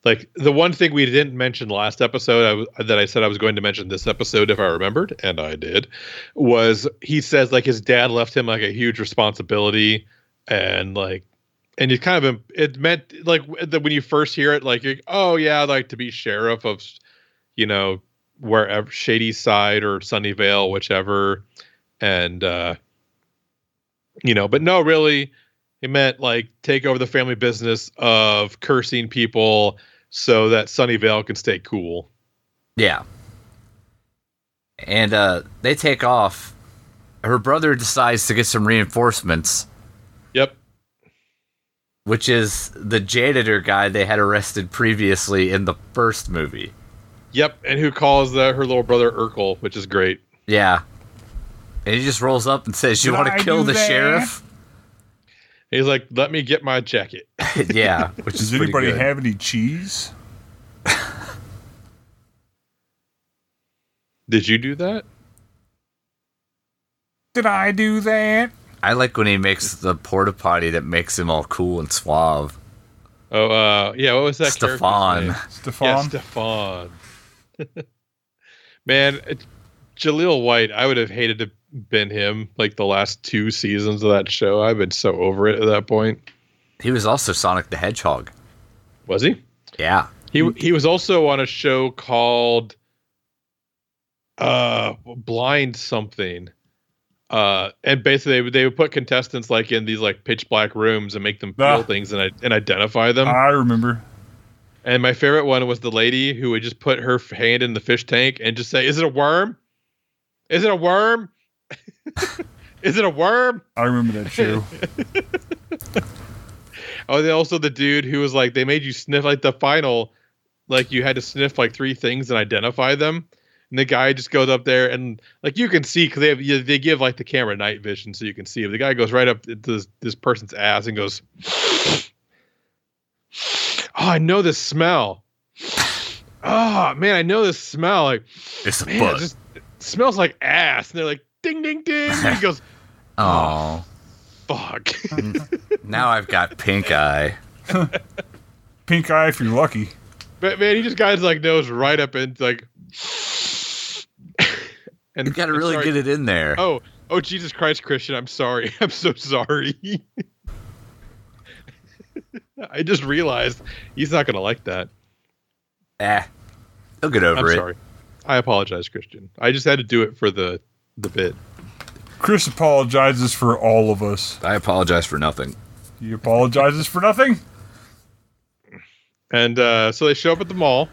Speaker 3: like the one thing we didn't mention last episode I w- that I said I was going to mention this episode if I remembered, and I did, was he says like his dad left him like a huge responsibility, and like. And you kind of it meant like that when you first hear it, like you're, oh yeah, I'd like to be sheriff of, you know, wherever Shady Side or Sunnyvale, whichever, and uh, you know but no really it meant like take over the family business of cursing people so that sunnyvale can stay cool
Speaker 1: Yeah. And uh, they take off. Her brother decides to get some reinforcements,
Speaker 3: yep
Speaker 1: which is the janitor guy they had arrested previously in the first movie.
Speaker 3: yep and who calls uh, her little brother urkel which is great
Speaker 1: Yeah. And he just rolls up and says, You
Speaker 2: Did
Speaker 1: want
Speaker 2: I
Speaker 1: to kill
Speaker 2: do
Speaker 1: the
Speaker 2: that?"
Speaker 1: sheriff?
Speaker 3: he's like let me get my jacket
Speaker 1: yeah. Which is
Speaker 2: Does
Speaker 1: pretty
Speaker 2: anybody
Speaker 1: good.
Speaker 2: have any cheese?
Speaker 3: did you do that
Speaker 2: Did I do that?
Speaker 1: I like when he makes the porta potty that makes him all cool and suave.
Speaker 3: oh uh yeah what was that character's
Speaker 1: Stefan.
Speaker 3: name?
Speaker 2: Stefan?
Speaker 3: yeah stefan man it, jaleel white i would have hated to been him like the last two seasons of that show i've been so over it at that point
Speaker 1: He was also Sonic the Hedgehog.
Speaker 3: was he
Speaker 1: Yeah.
Speaker 3: He he was also on a show called uh Blind Something. Uh and basically they would, they would put contestants like in these like pitch black rooms and make them feel
Speaker 2: Ah.
Speaker 3: things and I, and identify them.
Speaker 2: I remember.
Speaker 3: and my favorite one was the lady who would just put her f- hand in the fish tank and just say, "Is it a worm? Is it a worm? Is it a worm?"
Speaker 2: I remember that show.
Speaker 3: Oh, then also the dude who was like, they made you sniff like the final, like you had to sniff like three things and identify them. And the guy just goes up there and like you can see because they have, you- they give like the camera night vision so you can see. But the guy goes right up to this, this person's ass and goes, "Oh, I know this smell. Oh man, I know this smell. Like
Speaker 1: It's a
Speaker 3: man, it
Speaker 1: butt.
Speaker 3: just it smells like ass." And they're like, "Ding, ding, ding." And he goes,
Speaker 1: Oh.
Speaker 3: "Fuck."
Speaker 1: Now I've got pink eye.
Speaker 2: Pink eye if you're lucky.
Speaker 3: But man, he just got his like nose right up and like, and
Speaker 1: You gotta really
Speaker 3: sorry.
Speaker 1: get it in there.
Speaker 3: Oh, oh Jesus Christ, Christian! I'm sorry. I'm so sorry. I just realized he's not gonna like that.
Speaker 1: Eh. He'll get over
Speaker 3: I'm
Speaker 1: it.
Speaker 3: sorry. I apologize, Christian. I just had to do it for the the bit.
Speaker 2: Chris apologizes for all of us.
Speaker 1: I apologize for nothing.
Speaker 2: He apologizes for nothing.
Speaker 3: And uh, so they show up at the mall.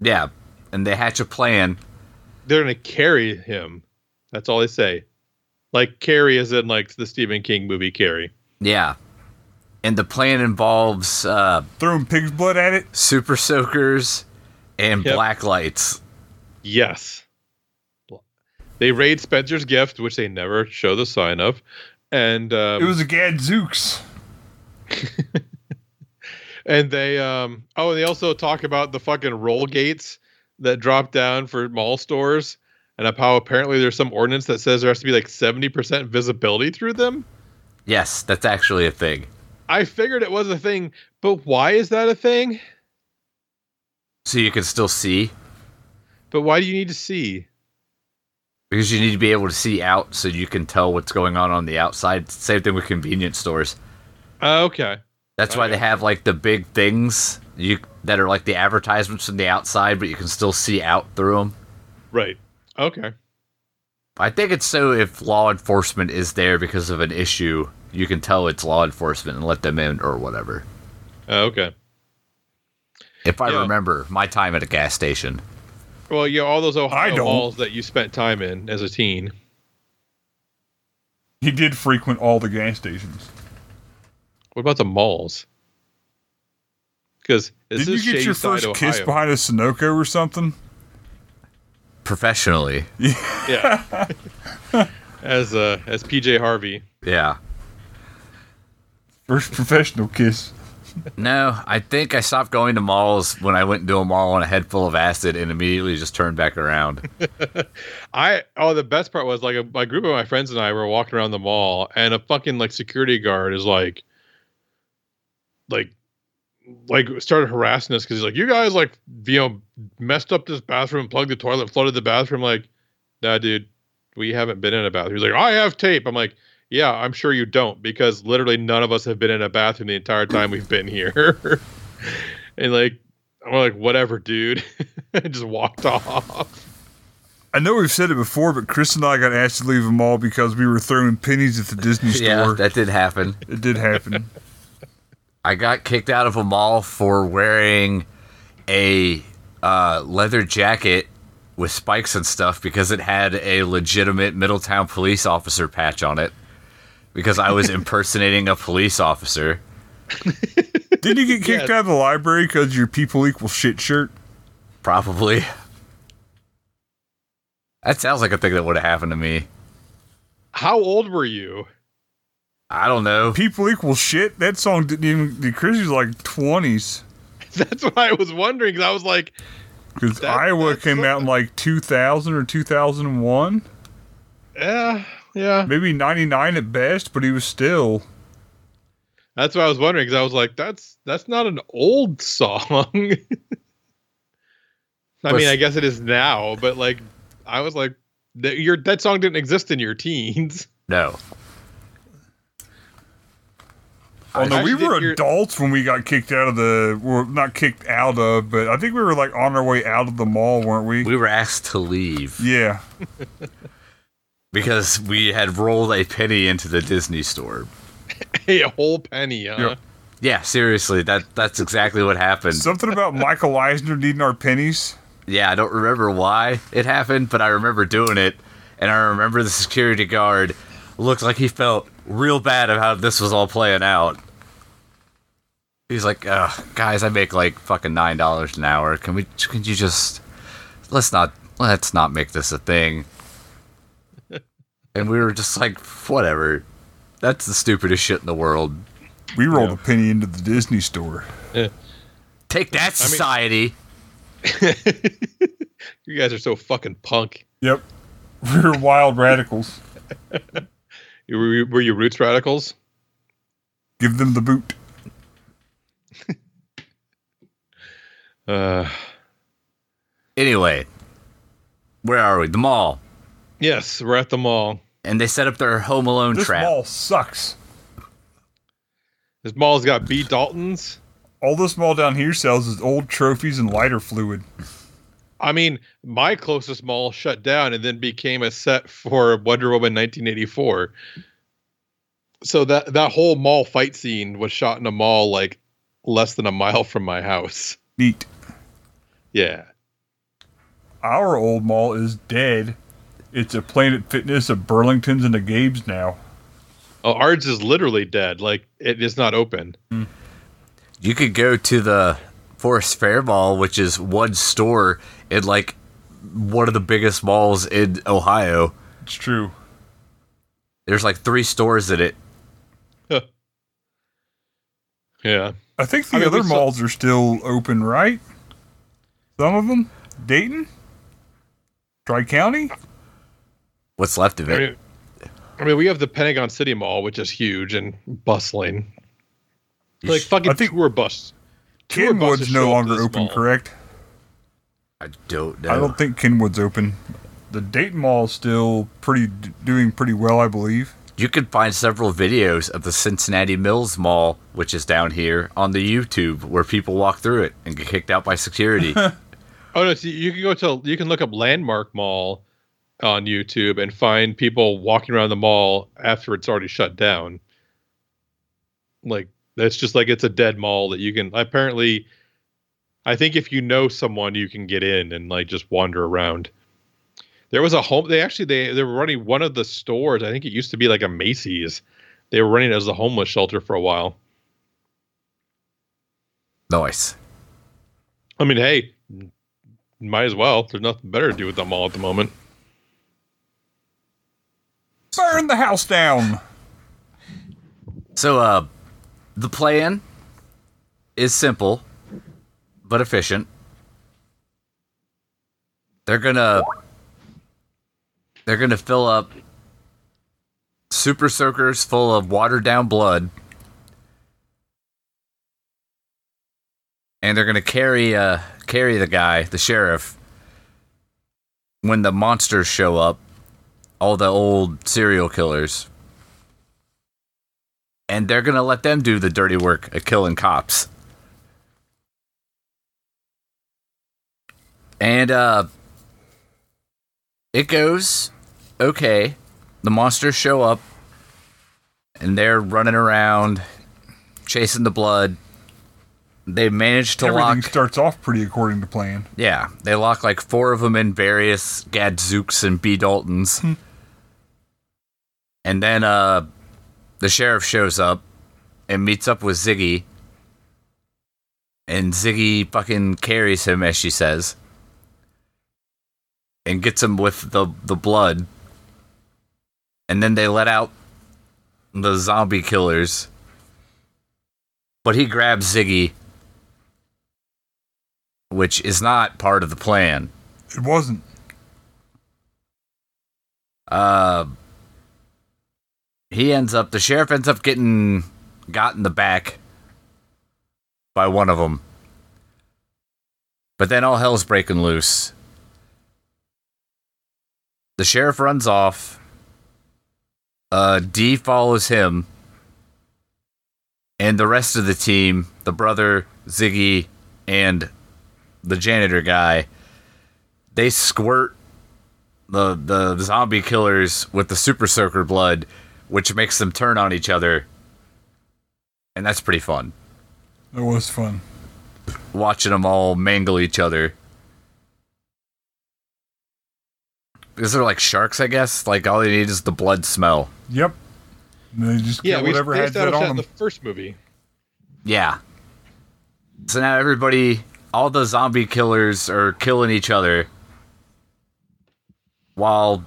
Speaker 1: Yeah, and they hatch a plan.
Speaker 3: They're gonna carry him. That's all they say. Like carry, as in like the Stephen King movie Carrie.
Speaker 1: Yeah, and the plan involves uh,
Speaker 2: Throwing pig's blood at it.
Speaker 1: super soakers and
Speaker 3: Yep.
Speaker 1: black lights.
Speaker 3: Yes. They raid Spencer's gift, which they never show the sign of, and um,
Speaker 2: It was a gadzooks.
Speaker 3: and they um oh and they also talk about the fucking roll gates that drop down for mall stores and of how apparently there's some ordinance that says there has to be like 70% visibility through them.
Speaker 1: Yes, that's actually a thing.
Speaker 3: I figured it was a thing, but why is that a thing?
Speaker 1: So you can still see
Speaker 3: But why do you need to see?
Speaker 1: because you need to be able to see out, so you can tell what's going on on the outside. Same thing with convenience stores.
Speaker 3: Uh, okay.
Speaker 1: That's why they have like the big things you that are like the advertisements from the outside, but you can still see out through them.
Speaker 3: Right. Okay.
Speaker 1: I think it's so if law enforcement is there because of an issue, you can tell it's law enforcement and let them in or whatever.
Speaker 3: Uh, okay.
Speaker 1: If I
Speaker 3: Yeah.
Speaker 1: remember my time at a gas station.
Speaker 3: Well, yeah, all those Ohio
Speaker 2: don't.
Speaker 3: malls that you spent time in as a teen.
Speaker 2: He did frequent all the gas stations.
Speaker 3: What about the malls? Because this
Speaker 2: Did you
Speaker 3: is
Speaker 2: get
Speaker 3: shady
Speaker 2: your
Speaker 3: side
Speaker 2: first
Speaker 3: Ohio.
Speaker 2: kiss behind a Sunoco or something?
Speaker 1: Professionally.
Speaker 3: yeah. as uh, as PJ Harvey.
Speaker 1: Yeah.
Speaker 2: First professional kiss.
Speaker 1: No, I think I stopped going to malls when I went into a mall on a head full of acid and immediately just turned back around.
Speaker 3: I oh the best part was like a, my group of my friends and I were walking around the mall and a fucking like security guard is like like like started harassing us because he's like you guys like you know messed up this bathroom plugged the toilet flooded the bathroom like nah dude we haven't been in a bathroom he's like I have tape I'm like yeah I'm sure you don't because literally none of us have been in a bathroom the entire time we've been here and like I'm like whatever dude and just walked off.
Speaker 2: I know we've said it before, but Chris and I got asked to leave a mall because we were throwing pennies at the Disney store.
Speaker 1: yeah, that did happen.
Speaker 2: it did happen.
Speaker 1: I got kicked out of a mall for wearing a uh, leather jacket with spikes and stuff because it had a legitimate Middletown police officer patch on it because I was impersonating a police officer.
Speaker 2: did you get kicked
Speaker 3: Yes.
Speaker 2: out of the library because your people equal shit shirt?
Speaker 1: Probably. That sounds like a thing that would have happened to me.
Speaker 3: How old were you?
Speaker 1: I don't know.
Speaker 2: People equal shit? That song didn't even. Chris was like 20s.
Speaker 3: That's what I was wondering. 'cause I was like,
Speaker 2: Because
Speaker 3: That-
Speaker 2: Iowa
Speaker 3: that's
Speaker 2: came
Speaker 3: what-
Speaker 2: out in like 2000 or 2001.
Speaker 3: yeah, yeah.
Speaker 2: Maybe 99 at best, but he was still.
Speaker 3: That's what I was wondering. Because I was like, that's that's not an old song. I
Speaker 1: But-
Speaker 3: mean, I guess it is now, but like, I was like, that, your that song didn't exist in your teens.
Speaker 1: No.
Speaker 2: Oh no, we
Speaker 3: actually
Speaker 2: were
Speaker 3: did hear-
Speaker 2: adults when we got kicked out of the. Well, not kicked out of, but I think we were like on our way out of the mall, weren't we?
Speaker 1: We were asked to leave
Speaker 2: yeah.
Speaker 1: because we had rolled a penny into the Disney store.
Speaker 3: Hey, a whole penny, huh?
Speaker 2: Yeah.
Speaker 1: Yeah, seriously, that that's exactly what happened.
Speaker 2: Something about Michael Eisner needing our pennies.
Speaker 1: yeah, I don't remember why it happened, but I remember doing it, and I remember the security guard looked like he felt real bad of how this was all playing out. He's like, Ugh, guys, I make like fucking nine dollars an hour. Can we? Can you just let's not let's not make this a thing. and we were just like, whatever. That's the stupidest shit in the world.
Speaker 2: We rolled a penny into the Disney store.
Speaker 1: Take that,
Speaker 3: I mean-
Speaker 1: society.
Speaker 3: You guys are so fucking punk.
Speaker 2: Yep. We were wild radicals.
Speaker 3: You- Were you, were you roots radicals?
Speaker 2: Give them the boot.
Speaker 3: Uh,
Speaker 1: Anyway, where are we? The mall.
Speaker 3: yes, we're at the mall.
Speaker 1: And they set up their Home Alone
Speaker 2: This
Speaker 1: trap.
Speaker 2: mall sucks.
Speaker 3: This mall's got B Daltons.
Speaker 2: All this mall down here sells is old trophies and lighter fluid.
Speaker 3: I mean, my closest mall shut down and then became a set for Wonder Woman 1984. So that that whole mall fight scene was shot in a mall like less than a mile from my house.
Speaker 2: Neat.
Speaker 3: Yeah.
Speaker 2: Our old mall is dead. It's a Planet Fitness, a Burlington's, and a Gabe's now.
Speaker 3: Oh, ours is literally dead. Like it is not open.
Speaker 1: You could go to the Forest Fair Mall, which is one store in like one of the biggest malls in Ohio.
Speaker 2: It's true.
Speaker 1: There's like three stores in it.
Speaker 3: Yeah.
Speaker 2: I think the
Speaker 3: I mean, we
Speaker 2: other
Speaker 3: saw-
Speaker 2: malls are still open, right? Some of them? Dayton? Tri County?
Speaker 1: What's left of
Speaker 3: I
Speaker 1: it?
Speaker 3: mean, I mean, we have the Pentagon City Mall, which is huge and bustling. Like fucking
Speaker 2: I think-
Speaker 3: tour bus. Tour
Speaker 2: Kenwood's
Speaker 3: buses show
Speaker 2: no
Speaker 3: up to
Speaker 2: longer
Speaker 3: this
Speaker 2: open,
Speaker 3: mall.
Speaker 2: correct?
Speaker 1: I don't know.
Speaker 2: I don't think Kenwood's open. The Dayton Mall is still pretty doing pretty well, I believe.
Speaker 1: You can find several videos of the Cincinnati Mills Mall, which is down here, on the YouTube where people walk through it and get kicked out by security.
Speaker 3: Oh no! See, you can go to you can look up Landmark Mall on YouTube and find people walking around the mall after it's already shut down. Like that's just like it's a dead mall that you can apparently. I think if you know someone, you can get in and like just wander around. There was a home. They actually they they were running one of the stores. I think it used to be like a Macy's. They were running it as a homeless shelter for a while.
Speaker 1: nice.
Speaker 3: I mean, hey, might as well. There's nothing better to do with the mall at the moment.
Speaker 2: Burn the house down!
Speaker 1: So, uh, the plan is simple but efficient. They're gonna they're gonna fill up super soakers full of watered down blood, and they're gonna carry uh carry the guy, the sheriff. When the monsters show up, all the old serial killers and they're gonna let them do the dirty work of killing cops. And uh it goes okay. The monsters show up and they're running around chasing the blood. They manage to
Speaker 2: Everything
Speaker 1: lock
Speaker 2: starts off pretty according to plan.
Speaker 1: yeah, they lock like four of them in various Gadzooks and B. Daltons. and then uh, the sheriff shows up and meets up with Ziggy. And Ziggy fucking carries him, as she says, and gets him with the, the blood. And then they let out the zombie killers. But he grabs Ziggy which is not part of the plan.
Speaker 2: It wasn't.
Speaker 1: Uh, he ends up, the sheriff ends up getting got in the back by one of them. But then all hell's breaking loose. The sheriff runs off. Uh, D follows him. And the rest of the team, the brother, Ziggy, and the janitor guy, they squirt the the zombie killers with the super soaker blood, which makes them turn on each other. And that's pretty fun.
Speaker 2: It was fun.
Speaker 1: Watching them all mangle each other. Because they're like sharks, I guess. Like all they need is the blood smell.
Speaker 2: Yep. And they just
Speaker 3: Yeah,
Speaker 2: get
Speaker 3: we
Speaker 2: whatever had
Speaker 3: established that
Speaker 2: that on them.
Speaker 3: in the first movie.
Speaker 1: Yeah. So now everybody, all the zombie killers are killing each other while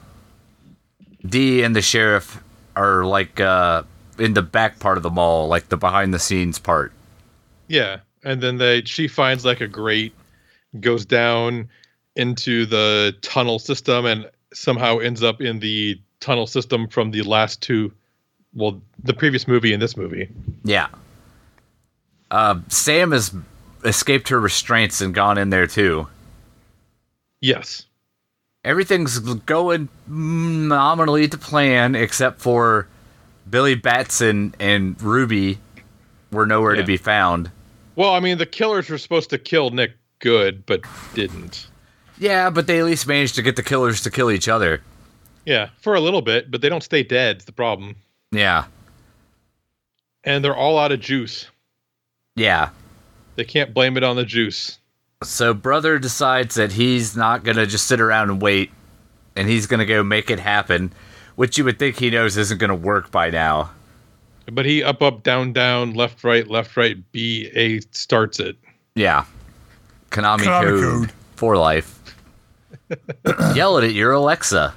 Speaker 1: D and the sheriff are like uh, in the back part of the mall, like the behind the scenes part.
Speaker 3: Yeah, and then they she finds like a grate, goes down into the tunnel system, and somehow ends up in the tunnel system from the last two, well, the previous movie and this movie.
Speaker 1: Yeah. Uh, Sam has escaped her restraints and gone in there too.
Speaker 3: Yes.
Speaker 1: everything's going nominally to plan except for Billy Batson and Ruby were nowhere to
Speaker 3: Yeah.
Speaker 1: be found.
Speaker 3: Well, I mean, the killers were supposed to kill Nick Good, but didn't.
Speaker 1: Yeah, but they at least managed to get the killers to kill each other.
Speaker 3: Yeah, for a little bit, but they don't stay dead. Is the problem,
Speaker 1: Yeah.
Speaker 3: and they're all out of juice.
Speaker 1: Yeah.
Speaker 3: They can't blame it on the juice.
Speaker 1: So brother decides that he's not gonna just sit around and wait, and he's gonna go make it happen, which you would think he knows isn't gonna work by now.
Speaker 3: But he up, up, down, down, left, right, left, right, B, A starts it.
Speaker 1: Yeah, Konami,
Speaker 2: Konami
Speaker 1: code,
Speaker 2: code.
Speaker 1: for life. Yell it at your Alexa.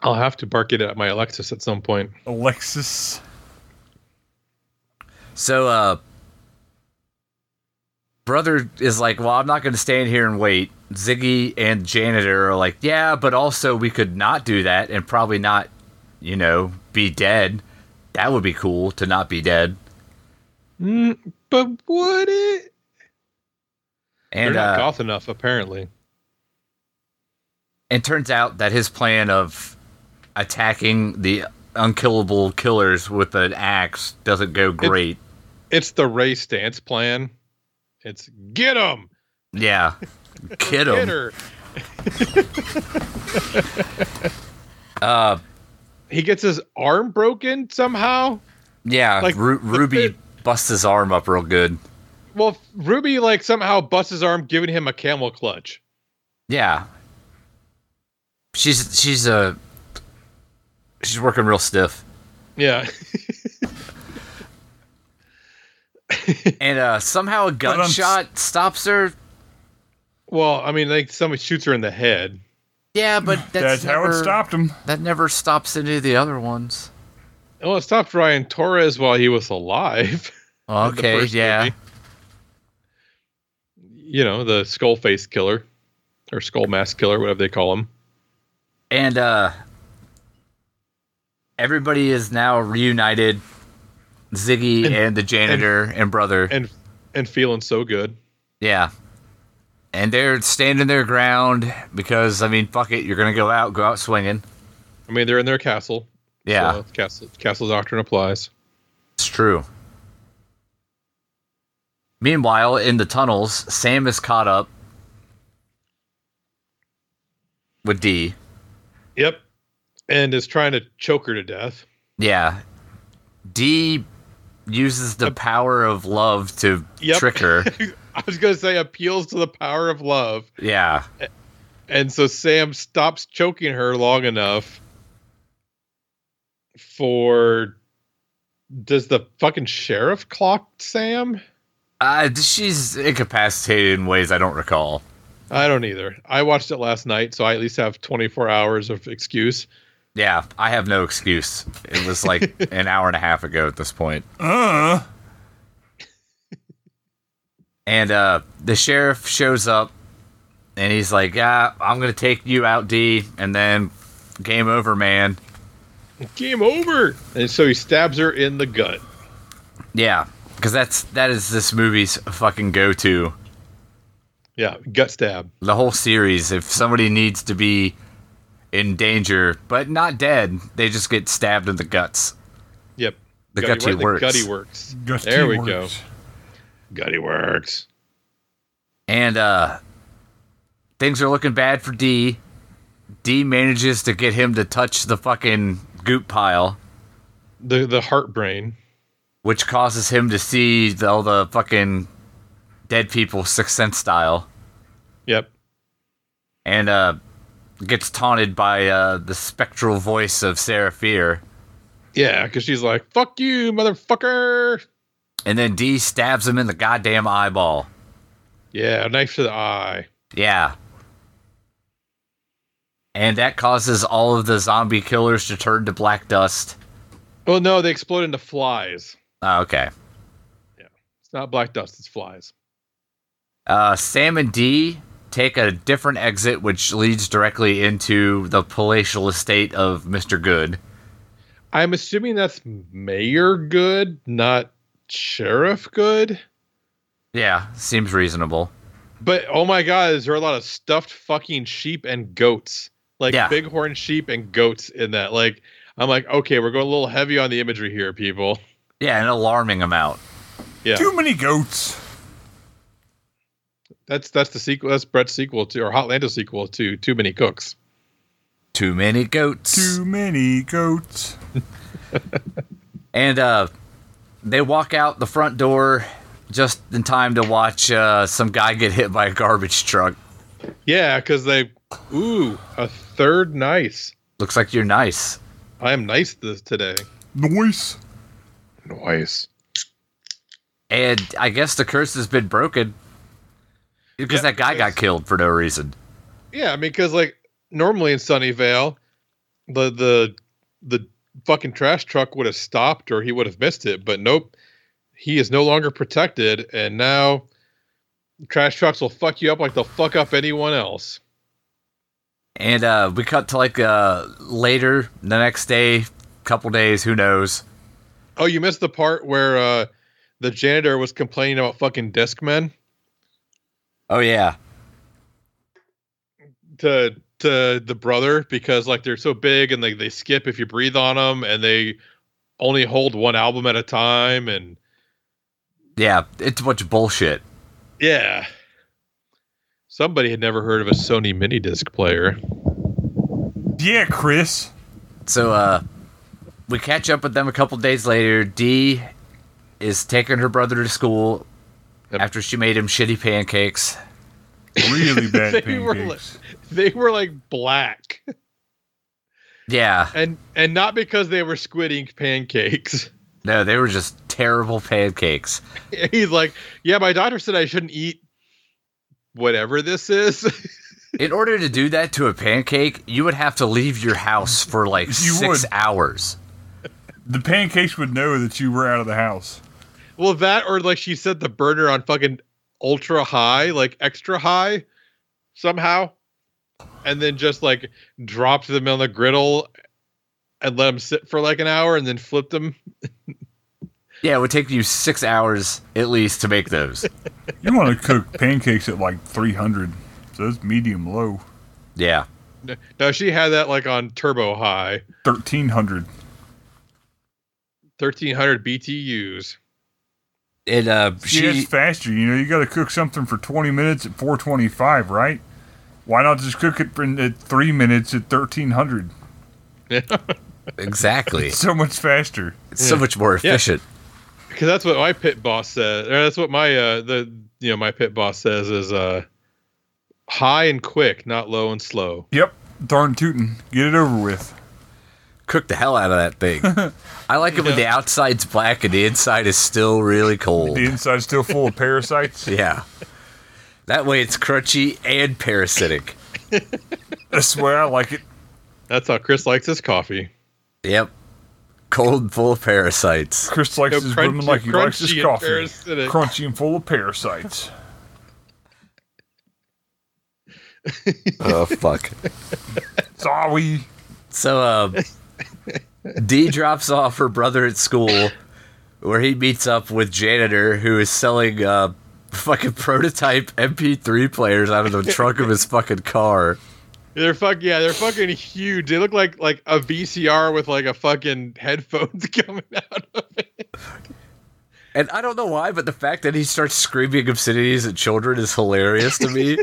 Speaker 3: I'll have to bark it at my Alexis at some point.
Speaker 2: Alexis.
Speaker 1: So, uh, brother is like, well, I'm not going to stand here and wait. Ziggy and janitor are like, yeah, but also we could not do that and probably not, you know, be dead. That would be cool to not be dead.
Speaker 3: Mm, but would it?
Speaker 1: And
Speaker 3: They're not
Speaker 1: uh,
Speaker 3: goth enough, apparently.
Speaker 1: and turns out that his plan of attacking the unkillable killers with an axe doesn't go great.
Speaker 3: It's the Ray stance plan. It's get him,
Speaker 1: yeah, kid
Speaker 3: get
Speaker 1: 'em.
Speaker 3: her.
Speaker 1: Uh,
Speaker 3: He gets his arm broken somehow.
Speaker 1: Yeah,
Speaker 3: Like,
Speaker 1: Ru-
Speaker 3: the
Speaker 1: Ruby
Speaker 3: bit-
Speaker 1: busts his arm up real good.
Speaker 3: Well, Ruby like somehow busts his arm, giving him a camel clutch.
Speaker 1: Yeah. She's she's uh she's working real stiff.
Speaker 3: Yeah,
Speaker 1: And uh somehow a
Speaker 2: I'm s-
Speaker 1: gunshot stops her.
Speaker 3: Well, I mean, like somebody shoots her in the head.
Speaker 1: Yeah, but that's,
Speaker 2: That's, how it
Speaker 1: never-
Speaker 2: stopped him.
Speaker 1: That never stops any of the other ones.
Speaker 3: Well, it stopped Ryan Torres while he was alive. in the
Speaker 1: Okay,
Speaker 3: first
Speaker 1: yeah.
Speaker 3: movie. You know, the skull face killer or skull mask killer, whatever they call him.
Speaker 1: And uh everybody is now reunited. Ziggy and, the janitor and, brother.
Speaker 3: And and feeling so good.
Speaker 1: yeah. And they're standing their ground because I mean, fuck it, you're gonna go out, go out swinging.
Speaker 3: I mean, they're in their castle.
Speaker 1: Yeah,
Speaker 3: So castle castle doctrine applies.
Speaker 1: it's true. Meanwhile, in the tunnels, Sam is caught up with D.
Speaker 3: Yep. And is trying to choke her to death.
Speaker 1: Yeah. D uses the power of love to
Speaker 3: Yep.
Speaker 1: trick her.
Speaker 3: I was gonna say appeals to the power of love.
Speaker 1: Yeah.
Speaker 3: And so Sam stops choking her long enough for does the fucking sheriff clock Sam?
Speaker 1: Uh, she's incapacitated in ways I don't recall.
Speaker 3: I don't either. I watched it last night, so I at least have 24 hours of excuse.
Speaker 1: Yeah, I have no excuse. It was like an hour and a half ago at this point.
Speaker 2: Uh,
Speaker 1: And uh, the sheriff shows up and he's like, Yeah, I'm going to take you out, D. And then game over, man.
Speaker 3: Game over. And so he stabs her in the gut.
Speaker 1: Yeah, because that's that is this movie's fucking go to.
Speaker 3: Yeah, gut stab.
Speaker 1: The whole series, if somebody needs to be in danger but not dead, they just get stabbed in the guts.
Speaker 3: Yep.
Speaker 1: The gutsy
Speaker 3: right?
Speaker 1: works.
Speaker 3: The gutty works.
Speaker 2: Gusty
Speaker 3: there we go.
Speaker 2: words.
Speaker 3: Gutty works.
Speaker 1: And uh, things are looking bad for D. D manages to get him to touch the fucking goop pile.
Speaker 3: The the heart brain.
Speaker 1: which causes him to see the- all the fucking dead people sixth sense style
Speaker 3: Yep.
Speaker 1: and uh gets taunted by uh the spectral voice of Sarah Fear.
Speaker 3: Yeah, because she's like, "Fuck you, motherfucker."
Speaker 1: And then D stabs him in the goddamn eyeball.
Speaker 3: Yeah, a knife to the eye.
Speaker 1: Yeah. And that causes all of the zombie killers to turn to black dust.
Speaker 3: Well, Oh, no, they explode into flies.
Speaker 1: Oh, okay.
Speaker 3: It's not black dust; it's flies.
Speaker 1: Uh, Sam and D take a different exit, which leads directly into the palatial estate of Mr. Good.
Speaker 3: I'm assuming that's Mayor Good, not Sheriff Good.
Speaker 1: Yeah, seems reasonable.
Speaker 3: But oh my god, is there a lot of stuffed fucking sheep and goats? Like
Speaker 1: Yeah.
Speaker 3: bighorn sheep and goats in that. Like I'm like, okay, we're going a little heavy on the imagery here, people.
Speaker 1: Yeah, an alarming amount.
Speaker 3: Yeah,
Speaker 2: Too many goats.
Speaker 3: that's that's the sequel. That's Brett's sequel to or Hotlanta sequel to Too Many Cooks.
Speaker 1: Too many goats.
Speaker 2: Too many goats.
Speaker 1: And uh they walk out the front door just in time to watch uh, some guy get hit by a garbage truck.
Speaker 3: Yeah, because they. Ooh, a third nice.
Speaker 1: Looks like you're nice.
Speaker 3: I am nice this today.
Speaker 2: Noise.
Speaker 3: Nice.
Speaker 1: And I guess the curse has been broken because that
Speaker 3: Yep,
Speaker 1: guy got
Speaker 3: because-
Speaker 1: killed for no reason.
Speaker 3: Yeah, I mean, because like normally in Sunnyvale, the the the fucking trash truck would have stopped or he would have missed it, but nope, he is no longer protected, and now trash trucks will fuck you up like they'll fuck up anyone else.
Speaker 1: And uh, we cut to like uh, later the next day, couple days, who knows?
Speaker 3: Oh, you missed the part where uh, the janitor was complaining about fucking desk men
Speaker 1: Oh yeah,
Speaker 3: to to the brother because like they're so big and like they skip if you breathe on them, and they only hold one album at a time, and
Speaker 1: yeah. It's a bunch of bullshit.
Speaker 3: Yeah. Somebody had never heard of a Sony mini disc player.
Speaker 2: Yeah, Chris.
Speaker 1: So uh we catch up with them a couple days later. Dee is taking her brother to school
Speaker 3: Yep.
Speaker 1: after she made him shitty pancakes.
Speaker 2: Really bad
Speaker 3: They were
Speaker 2: pancakes.
Speaker 3: They were like black.
Speaker 1: Yeah.
Speaker 3: And and not because they were squid ink pancakes.
Speaker 1: No, they were just terrible pancakes.
Speaker 3: He's like, Yeah, my doctor said I shouldn't eat whatever this is.
Speaker 1: In order to do that to a pancake, you would have to leave your house for like six
Speaker 2: would.
Speaker 1: hours.
Speaker 2: The pancakes would know that you were out of the house.
Speaker 3: well that or like she set the burner on fucking ultra high, like extra high somehow. And then just like dropped them on the griddle and let them sit for like an hour and then flipped them.
Speaker 1: Yeah, it would take you six hours at least to make those.
Speaker 2: You want to cook pancakes at like 300, so it's medium low.
Speaker 1: yeah.
Speaker 3: No, she had that like on turbo high.
Speaker 2: 1300.
Speaker 3: 1300 BTUs.
Speaker 1: And uh,
Speaker 2: Yeah,
Speaker 1: she
Speaker 2: it's faster. You know, you got to cook something for 20 minutes at 425, right? Why not just cook it for at three minutes at 1300?
Speaker 1: exactly.
Speaker 2: It's so much faster.
Speaker 1: It's so much more efficient.
Speaker 3: Because that's what my pit boss says. Or that's what my uh the you know my pit boss says is uh high and quick, not low and slow.
Speaker 2: Yep. Darn tootin'. Get it over with.
Speaker 1: Cook the hell out of that thing. I like it when the outside's black and the inside is still really cold.
Speaker 2: The inside's still full of parasites,
Speaker 1: Yeah. That way it's crunchy and parasitic.
Speaker 2: That's the way I like it.
Speaker 3: That's how Chris likes his coffee.
Speaker 1: yep. Cold and full of parasites.
Speaker 2: Chris likes
Speaker 3: No,
Speaker 2: his
Speaker 3: crunchy-
Speaker 2: women like he likes
Speaker 3: crunchy
Speaker 2: his
Speaker 3: and
Speaker 2: coffee.
Speaker 3: parasitic.
Speaker 2: Crunchy and full of parasites.
Speaker 1: Oh, fuck.
Speaker 2: Sorry.
Speaker 1: So, um, Dee drops off her brother at school where he meets up with Janitor, who is selling uh, fucking prototype MP3 players out of the trunk of his fucking car.
Speaker 3: They're fuck yeah, they're fucking huge. They look like like a VCR with like a fucking headphones coming out of it.
Speaker 1: And I don't know why, but the fact that he starts screaming obscenities at children is hilarious to me.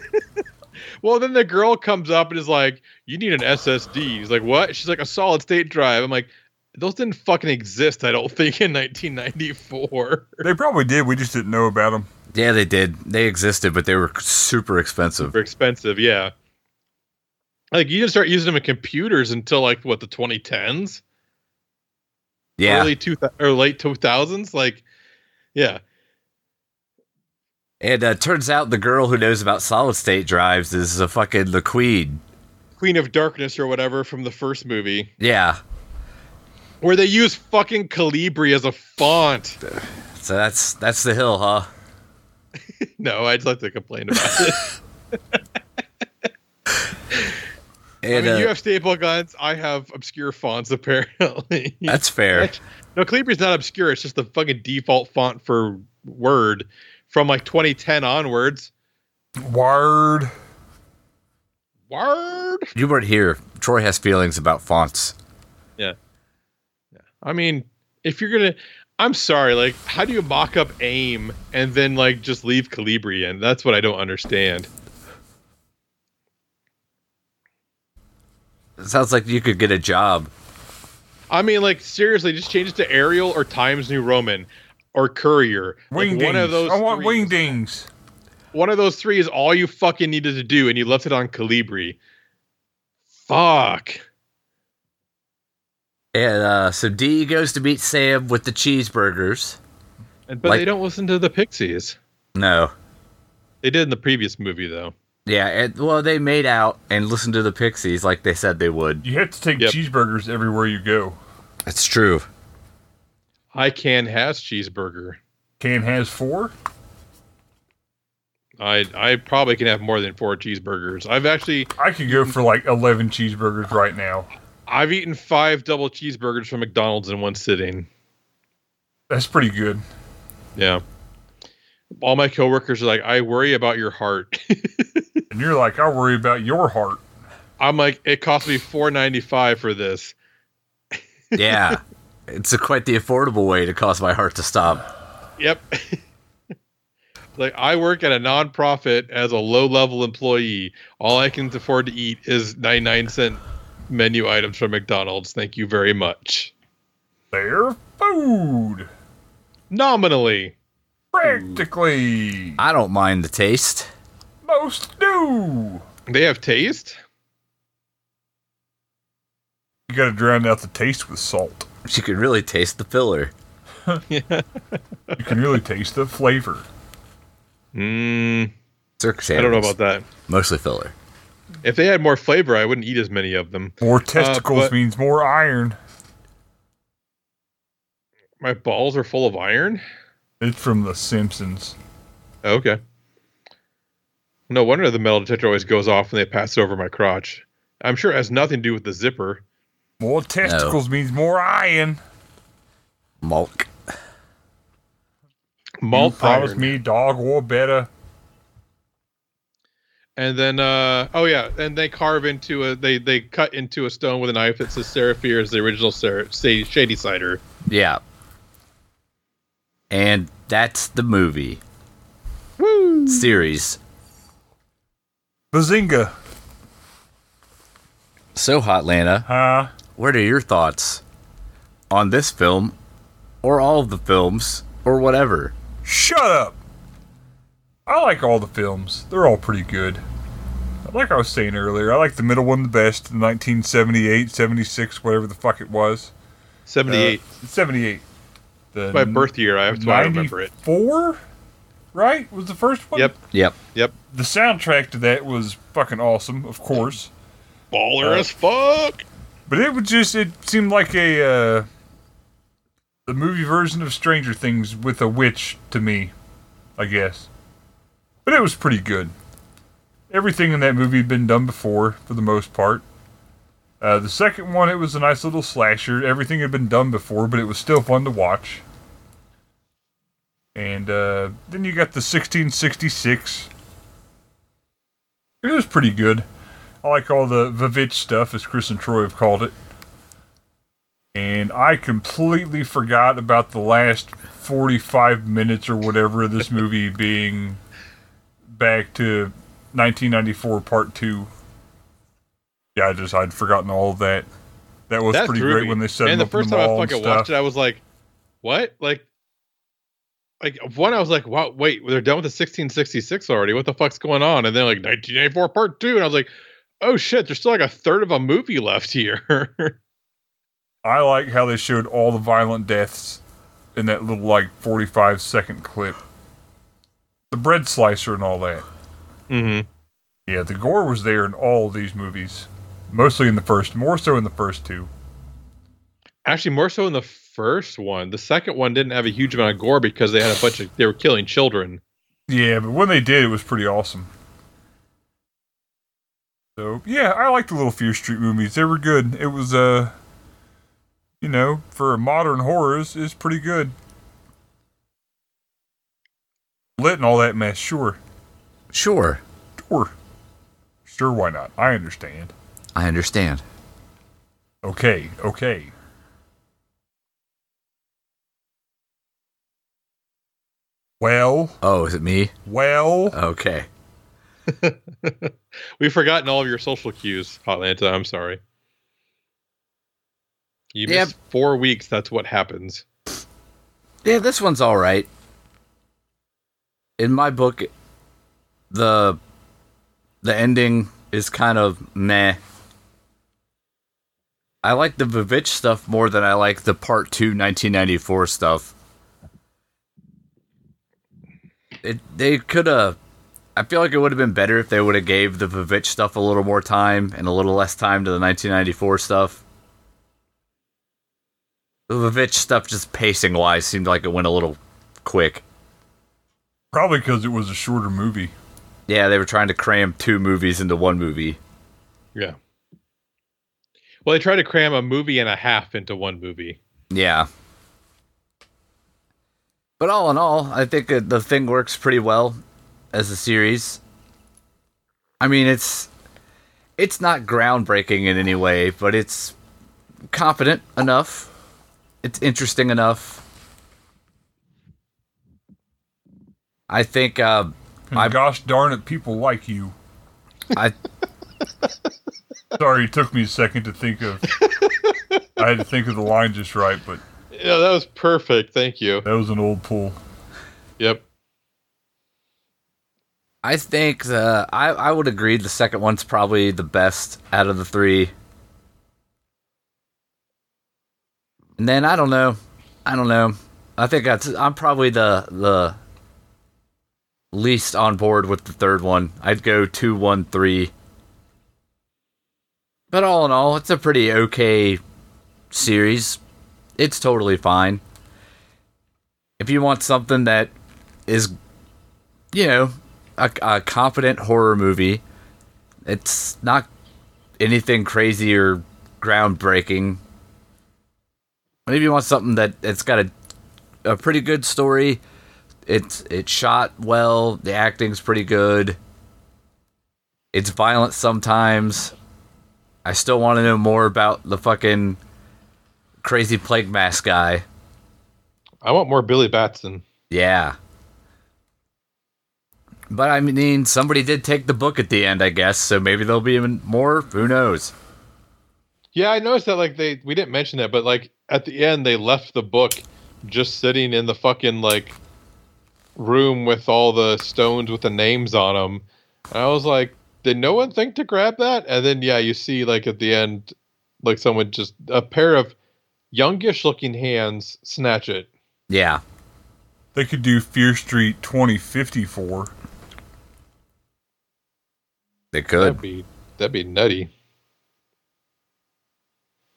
Speaker 3: Well, then the girl comes up and is like, "You need an SSD." He's like, "What?" She's like, "A solid state drive." I'm like, "Those didn't fucking exist, I don't think, in 1994."
Speaker 2: They probably did. We just didn't know about them.
Speaker 1: yeah, they did. They existed, but they were super expensive.
Speaker 3: super expensive. Yeah. Like you didn't start using them in computers until like what the 2010s,
Speaker 1: Yeah.
Speaker 3: early two or late 2000s. Like, yeah,
Speaker 1: And uh, turns out the girl who knows about solid state drives is a fucking the queen.
Speaker 3: Queen of Darkness or whatever from the first movie,
Speaker 1: Yeah.
Speaker 3: where they use fucking Calibri as a font.
Speaker 1: So that's that's the hill, huh?
Speaker 3: No, I'd like to complain about it. I
Speaker 1: And
Speaker 3: mean,
Speaker 1: uh,
Speaker 3: you have staple guns. I have obscure fonts apparently.
Speaker 1: that's fair.
Speaker 3: No, Calibri's not obscure. It's just the fucking default font for Word from like 2010 onwards.
Speaker 2: Word.
Speaker 3: Word.
Speaker 1: You weren't here. Troy has feelings about fonts.
Speaker 3: I mean, if you're gonna, I'm sorry. Like, how do you mock up aim and then like just leave Calibri in? That's what I don't understand.
Speaker 1: It sounds like you could get a job.
Speaker 3: I mean, like seriously, just change it to Arial or Times New Roman. or courier.
Speaker 2: Wingdings.
Speaker 3: Like, one of those
Speaker 2: I want
Speaker 3: three-
Speaker 2: wingdings.
Speaker 3: One of those three is all you fucking needed to do, and you left it on Calibri. Fuck.
Speaker 1: And uh, so D goes to meet Sam with the cheeseburgers.
Speaker 3: And, but
Speaker 1: Like-
Speaker 3: they don't listen to the Pixies.
Speaker 1: No.
Speaker 3: They did in the previous movie, though.
Speaker 1: Yeah, and, well, they made out and listened to the Pixies like they said they would.
Speaker 2: You have to take
Speaker 3: Yep.
Speaker 2: cheeseburgers everywhere you go.
Speaker 1: That's true.
Speaker 3: I can has cheeseburger.
Speaker 2: Can has four.
Speaker 3: I I probably can have more than four cheeseburgers. I've actually
Speaker 2: I could go for like eleven cheeseburgers right now.
Speaker 3: I've eaten five double cheeseburgers from McDonald's in one sitting.
Speaker 2: That's pretty good.
Speaker 3: Yeah. All my coworkers are like, I worry about your heart.
Speaker 2: And you're like, I worry about your heart.
Speaker 3: I'm like, it cost me four ninety five for this.
Speaker 1: Yeah. it's a, quite the affordable way to cause my heart to stop.
Speaker 3: Yep. like I work at a nonprofit as a low level employee. All I can afford to eat is ninety nine cent menu items from McDonald's. Thank you very much.
Speaker 2: Their food.
Speaker 3: Nominally.
Speaker 2: Practically.
Speaker 1: I don't mind the taste.
Speaker 2: Most do.
Speaker 3: They have taste?
Speaker 2: You gotta drown out the taste with salt.
Speaker 1: You can really taste the filler.
Speaker 2: You can really taste the flavor.
Speaker 3: Mm,
Speaker 1: Circus
Speaker 3: I don't know about that.
Speaker 1: Mostly filler.
Speaker 3: If they had more flavor, I wouldn't eat as many of them.
Speaker 2: More testicles
Speaker 3: Uh, but-
Speaker 2: means more iron.
Speaker 3: My balls are full of iron.
Speaker 2: It's from The Simpsons.
Speaker 3: Okay. No wonder the metal detector always goes off when they pass over my crotch. I'm sure it has nothing to do with the zipper.
Speaker 2: More testicles means more iron.
Speaker 1: Malk.
Speaker 3: Malt
Speaker 2: you promised
Speaker 3: iron.
Speaker 2: me dog or better.
Speaker 3: And then, uh, oh yeah, and they carve into a they they cut into a stone with a knife that says Seraphir is the original Ser- Sa- Shady Cider.
Speaker 1: Yeah. And that's the movie. Woo! Series.
Speaker 2: Bazinga.
Speaker 1: So hot, Lana.
Speaker 2: Huh?
Speaker 1: What are your thoughts on this film, or all of the films, or whatever?
Speaker 2: Shut up. I like all the films. They're all pretty good. Like I was saying earlier, I like the middle one the best, the 1978, 76, whatever the fuck it was. Uh,
Speaker 3: Seventy eight,
Speaker 2: 78. The
Speaker 3: my birth year. I have to I remember it.
Speaker 2: 94, right? Was the first one?
Speaker 3: Yep,
Speaker 1: Yep.
Speaker 3: yep.
Speaker 2: The soundtrack to that was fucking awesome, of course.
Speaker 3: Baller
Speaker 2: Uh,
Speaker 3: as fuck.
Speaker 2: But it was just it seemed like a uh the movie version of Stranger Things with a witch to me, I guess. But it was pretty good. Everything in that movie had been done before for the most part. Uh, the second one, it was a nice little slasher. Everything had been done before, but it was still fun to watch. And uh, then you got the 1666. It was pretty good. I like all the Vavitch stuff, as Chris and Troy have called it. And I completely forgot about the last 45 minutes or whatever of this movie being back to 1994 Part 2. Yeah, I just, I'd forgotten all of that. That was
Speaker 3: That
Speaker 2: pretty
Speaker 3: threw
Speaker 2: great
Speaker 3: me.
Speaker 2: when they set
Speaker 3: And
Speaker 2: him
Speaker 3: the
Speaker 2: up in
Speaker 3: first
Speaker 2: the
Speaker 3: time I
Speaker 2: mall and
Speaker 3: fucking
Speaker 2: stuff.
Speaker 3: watched it, I was like, "What?" Like, like one, I was like, "Wow, wait, they're done with the 1666 already. What the fuck's going on?" And then like 1984 Part Two, and I was like, "Oh shit, there's still like a third of a movie left here."
Speaker 2: I like how they showed all the violent deaths in that little like 45 second clip. The bread slicer and all that.
Speaker 3: hmm
Speaker 2: Mm-hmm. Yeah, the gore was there in all of these movies. Mostly in the first, more so in the first two.
Speaker 3: Actually, more so in the first one. The second one didn't have a huge amount of gore because they had a bunch of they were killing children.
Speaker 2: Yeah, but when they did, it was pretty awesome. So yeah, I like the little Fear Street movies. They were good. It was uh, you know, for modern horrors, is pretty good. Lit and all that mess, sure.
Speaker 1: Sure.
Speaker 2: Sure. Sure, why not? I understand.
Speaker 1: I understand.
Speaker 2: Okay, okay. Well,
Speaker 1: Oh, is it me?
Speaker 2: well,
Speaker 1: Okay.
Speaker 3: We've forgotten all of your social cues, Hotlanta. I'm sorry. You
Speaker 1: Yep.
Speaker 3: missed four weeks. That's what happens.
Speaker 1: Yeah, this one's all right. In my book, the the ending is kind of meh. I like the Vivitch stuff more than I like the Part Two 1994 stuff. It they could have. I feel like it would have been better if they would have gave the Vivitch stuff a little more time and a little less time to the 1994 stuff. The Vivitch stuff, just pacing wise, seemed like it went a little quick.
Speaker 2: Probably because it was a shorter movie.
Speaker 1: Yeah, they were trying to cram two movies into one movie.
Speaker 3: Yeah. Well, they tried to cram a movie and a half into one movie.
Speaker 1: Yeah. But all in all, I think that the thing works pretty well as a series. I mean, it's it's not groundbreaking in any way, but it's competent enough. It's interesting enough. I think uh,
Speaker 2: And
Speaker 1: I-
Speaker 2: gosh darn it, people like you.
Speaker 1: I
Speaker 2: Sorry, it took me a second to think of. I had to think of the line just right, but
Speaker 3: Yeah, that was perfect. Thank you.
Speaker 2: that was an old pull.
Speaker 3: Yep.
Speaker 1: I think the I, I would agree the second one's probably the best out of the three. And then I don't know. I don't know. I think that's I'm probably the the least on board with the third one. I'd go two one three. But all in all, it's a pretty okay series. It's totally fine. If you want something that is you know, a, a competent horror movie. It's not anything crazy or groundbreaking. Maybe you want something that it's got a a pretty good story. It's it's shot well. The acting's pretty good. It's violent sometimes. I still want to know more about the fucking crazy plague mask guy.
Speaker 3: I want more Billy Batson.
Speaker 1: Yeah. But I mean, somebody did take the book at the end, I guess, so maybe there'll be even more. Who knows?
Speaker 3: Yeah, I noticed that. Like they, we didn't mention that, but like at the end, they left the book just sitting in the fucking like room with all the stones with the names on them. And I was like, did no one think to grab that? And then yeah, you see like at the end, like someone just a pair of youngish-looking hands snatch it.
Speaker 1: Yeah.
Speaker 2: They could do Fear Street 2054.
Speaker 1: They
Speaker 3: That'd
Speaker 1: could.
Speaker 3: be that'd be nutty.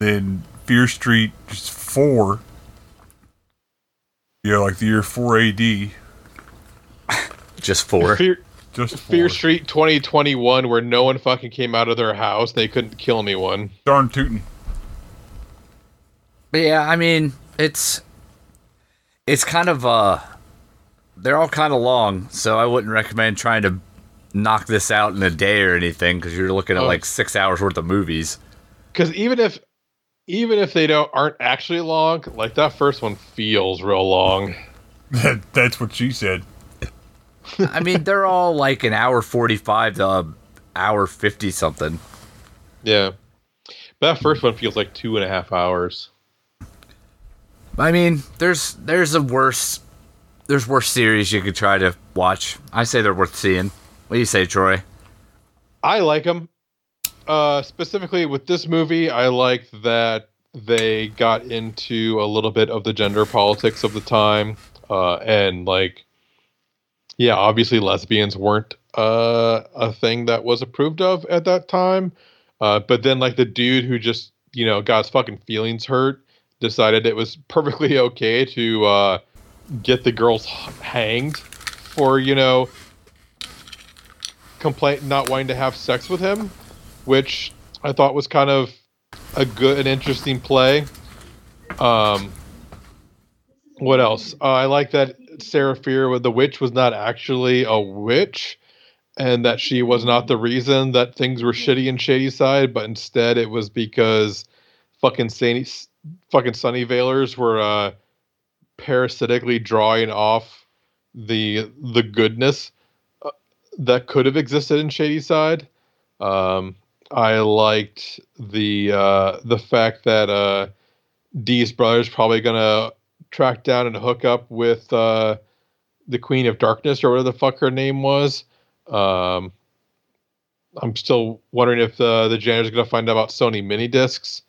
Speaker 2: then Fear Street just four. Yeah, like the year four AD.
Speaker 1: Just four.
Speaker 3: Fear,
Speaker 2: Just four.
Speaker 3: Fear Street 2021, where no one fucking came out of their house. They couldn't kill anyone.
Speaker 2: Darn tootin'.
Speaker 1: But yeah, I mean, it's it's kind of uh they're all kind of long, so I wouldn't recommend trying to knock this out in a day or anything cuz you're looking at
Speaker 3: Oh.
Speaker 1: like 6 hours worth of movies.
Speaker 3: Because even if, even if they don't aren't actually long, like that first one feels real long.
Speaker 2: That, that's what she said.
Speaker 1: I mean, they're all like an hour 45 to uh, hour 50 something.
Speaker 3: Yeah, but that first one feels like two and a half hours.
Speaker 1: I mean, there's there's a worse there's worse series you could try to watch. I say they're worth seeing. What do you say, Troy?
Speaker 3: I like them. Uh, specifically with this movie, I like that they got into a little bit of the gender politics of the time, uh, and like, yeah, obviously lesbians weren't uh, a thing that was approved of at that time. Uh, but then, like the dude who just you know got his fucking feelings hurt decided it was perfectly okay to uh, get the girls h- hanged for you know complaint not wanting to have sex with him, which I thought was kind of a good and interesting play. Um, what else? Uh, I like that Sarah Fear with the witch was not actually a witch, and that she was not the reason that things were shitty in Shady Side, but instead it was because fucking Sandy, fucking Sunnyvalers were uh, parasitically drawing off the the goodness that could have existed in Shady Side. Um, I liked the uh, the fact that uh, D's brother's probably gonna track down and hook up with uh, the Queen of Darkness or whatever the fuck her name was. Um, I'm still wondering if the the janitor's going to find out about Sony mini discs.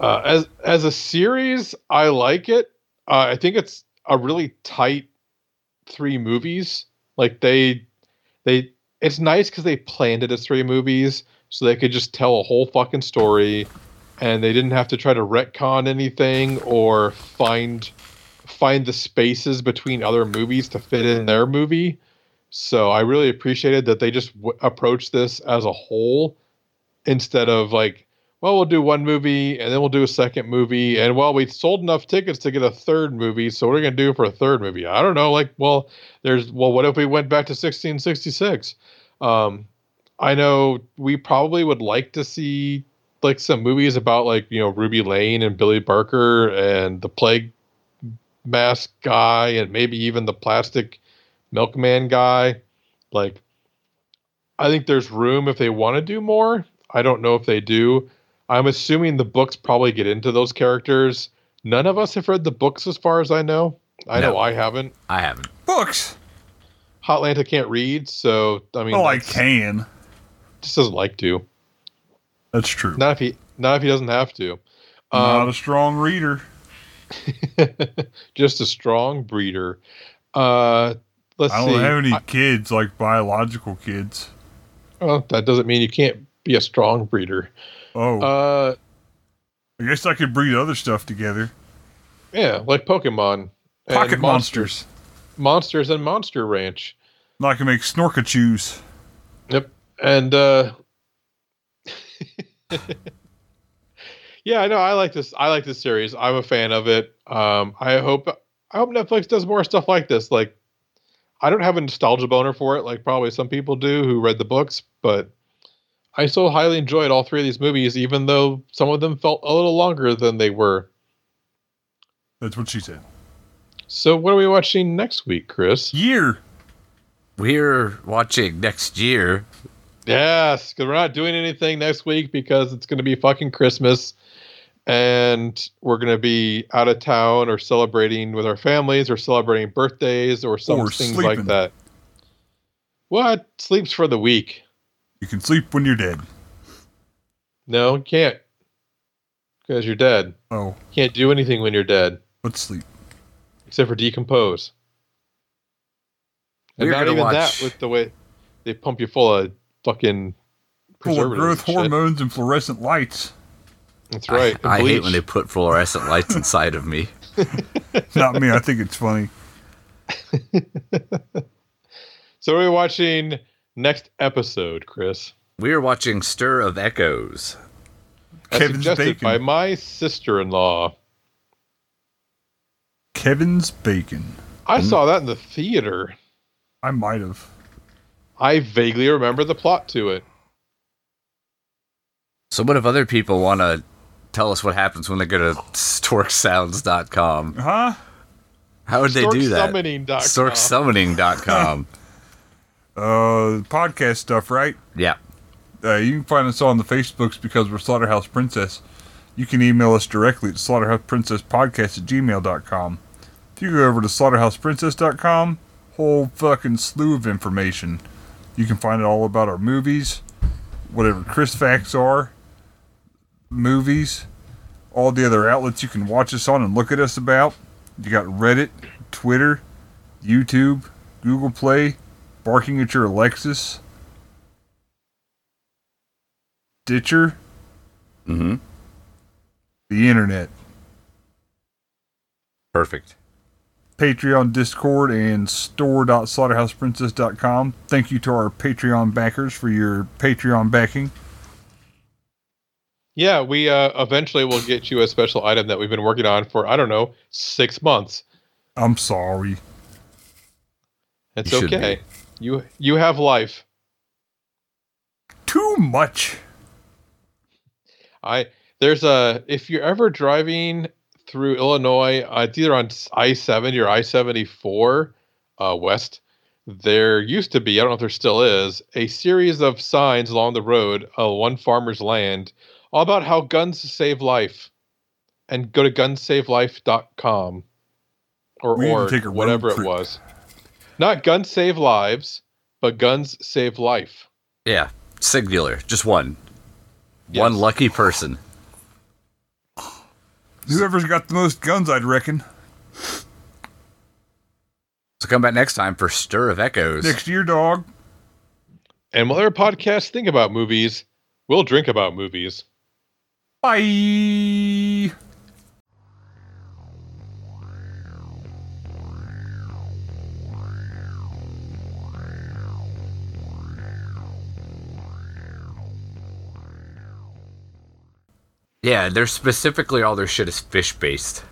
Speaker 3: Uh, as as a series, I like it. Uh, I think it's a really tight three movies. Like they they it's nice because they planned it as three movies, so they could just tell a whole fucking story, and they didn't have to try to retcon anything or find find the spaces between other movies to fit in their movie. So I really appreciated that they just w- approached this as a whole instead of like, well, we'll do one movie and then we'll do a second movie. And well, we sold enough tickets to get a third movie. So what are we going to do for a third movie? I don't know. Like, well, there's, well, what if we went back to 1666? Um, I know we probably would like to see like some movies about like, you know, Ruby Lane and Billy Barker and the plague mask guy and maybe even the plastic milkman guy. Like, I think there's room if they want to do more. I don't know if they do. I'm assuming the books probably get into those characters. None of us have read the books as far as I know. I
Speaker 1: No.
Speaker 3: know I haven't.
Speaker 1: I haven't.
Speaker 2: Books.
Speaker 3: Hotlanta can't read, so I mean,
Speaker 2: Well, Oh, I
Speaker 3: that's-
Speaker 2: can.
Speaker 3: just doesn't like to.
Speaker 2: That's true.
Speaker 3: Not if he, not if he doesn't have to. um,
Speaker 2: Not a strong reader.
Speaker 3: just a strong breeder. Uh, let's
Speaker 2: I don't
Speaker 3: see.
Speaker 2: have any kids, like biological kids.
Speaker 3: Well, oh, that doesn't mean you can't be a strong breeder.
Speaker 2: Oh,
Speaker 3: Uh,
Speaker 2: I guess I could breed other stuff together.
Speaker 3: yeah, like Pokemon, and
Speaker 2: Pocket
Speaker 3: Monst-
Speaker 2: monsters.
Speaker 3: monsters, and Monster Ranch.
Speaker 2: And I can make snorkachoos.
Speaker 3: Yep. And uh Yeah, I know I like this I like this series. I'm a fan of it. Um I hope I hope Netflix does more stuff like this. Like I don't have a nostalgia boner for it like probably some people do who read the books, but I still highly enjoyed all three of these movies even though some of them felt a little longer than they were.
Speaker 2: That's what she said.
Speaker 3: So what are we watching next week, Chris?
Speaker 2: Year.
Speaker 1: We're watching next year.
Speaker 3: Yes, because we're not doing anything next week because it's going to be fucking Christmas and we're going to be out of town or celebrating with our families or celebrating birthdays or some
Speaker 2: Or
Speaker 3: things
Speaker 2: sleeping.
Speaker 3: like that. What? Sleeps for the week.
Speaker 2: You can sleep when you're dead.
Speaker 3: No, you can't. Because you're dead.
Speaker 2: Oh,
Speaker 3: Can't do anything when you're dead
Speaker 2: let's sleep.
Speaker 3: except for decompose. And
Speaker 1: We're
Speaker 3: not
Speaker 1: gonna
Speaker 3: even
Speaker 1: watch-
Speaker 3: that with the way they pump you full of fucking
Speaker 2: Full of growth
Speaker 3: preservatives. and shit.
Speaker 2: hormones and fluorescent lights.
Speaker 3: That's right. and
Speaker 1: I, I hate
Speaker 3: bleach.
Speaker 1: when they put fluorescent lights inside of me.
Speaker 2: Not me. I think it's funny.
Speaker 3: So we're watching next episode, Chris.
Speaker 1: We're watching Stir of Echoes.
Speaker 3: As
Speaker 2: Kevin's
Speaker 3: suggested
Speaker 2: Bacon.
Speaker 3: by my sister-in-law.
Speaker 2: Kevin's bacon.
Speaker 3: I
Speaker 1: Mm-hmm.
Speaker 3: saw that in the theater.
Speaker 2: I might have.
Speaker 3: I vaguely remember the plot to it.
Speaker 1: So, what if other people want to tell us what happens when they go to storksounds.com?
Speaker 2: Huh?
Speaker 1: How would they do that?
Speaker 3: Storksummoning.com.
Speaker 1: Storksummoning.com.
Speaker 2: Uh, podcast stuff, right?
Speaker 1: yeah.
Speaker 2: Uh, you can find us on the Facebooks because we're Slaughterhouse Princess. You can email us directly at slaughterhouseprincesspodcast at gmail.com. If you go over to slaughterhouseprincess.com, whole fucking slew of information. You can find it all about our movies, whatever Chris facts are, movies, all the other outlets you can watch us on and look at us about. You got Reddit, Twitter, YouTube, Google Play, barking at your Alexis. Ditcher,
Speaker 1: Mm-hmm.
Speaker 2: the internet,
Speaker 1: Perfect.
Speaker 2: Patreon, Discord, and store.slaughterhouseprincess.com. Thank you to our Patreon backers for your Patreon backing.
Speaker 3: Yeah, we uh, eventually will get you a special item that we've been working on for I don't know six months.
Speaker 2: I'm sorry.
Speaker 3: It's
Speaker 1: You should
Speaker 3: okay. You you have life.
Speaker 2: Too much.
Speaker 3: I there's a if you're ever driving through Illinois, uh, it's either on I seventy or I seventy four uh, west. There used to be, I don't know if there still is, a series of signs along the road, uh, one farmer's land, all about how guns save life. and go to gunsavelife.com or
Speaker 2: We need to
Speaker 3: org,
Speaker 2: take a road
Speaker 3: whatever it
Speaker 2: trip.
Speaker 3: was. Not Guns Save Lives, but Guns Save Life.
Speaker 1: Yeah, singular, just one, one
Speaker 3: Yes.
Speaker 1: lucky person.
Speaker 2: Whoever's got the most guns, I'd reckon.
Speaker 1: So come back next time for Stir of Echoes.
Speaker 2: Next year, dog.
Speaker 3: And while other podcasts think about movies, we'll drink about movies.
Speaker 2: Bye.
Speaker 1: Yeah, they're specifically all their shit is fish based.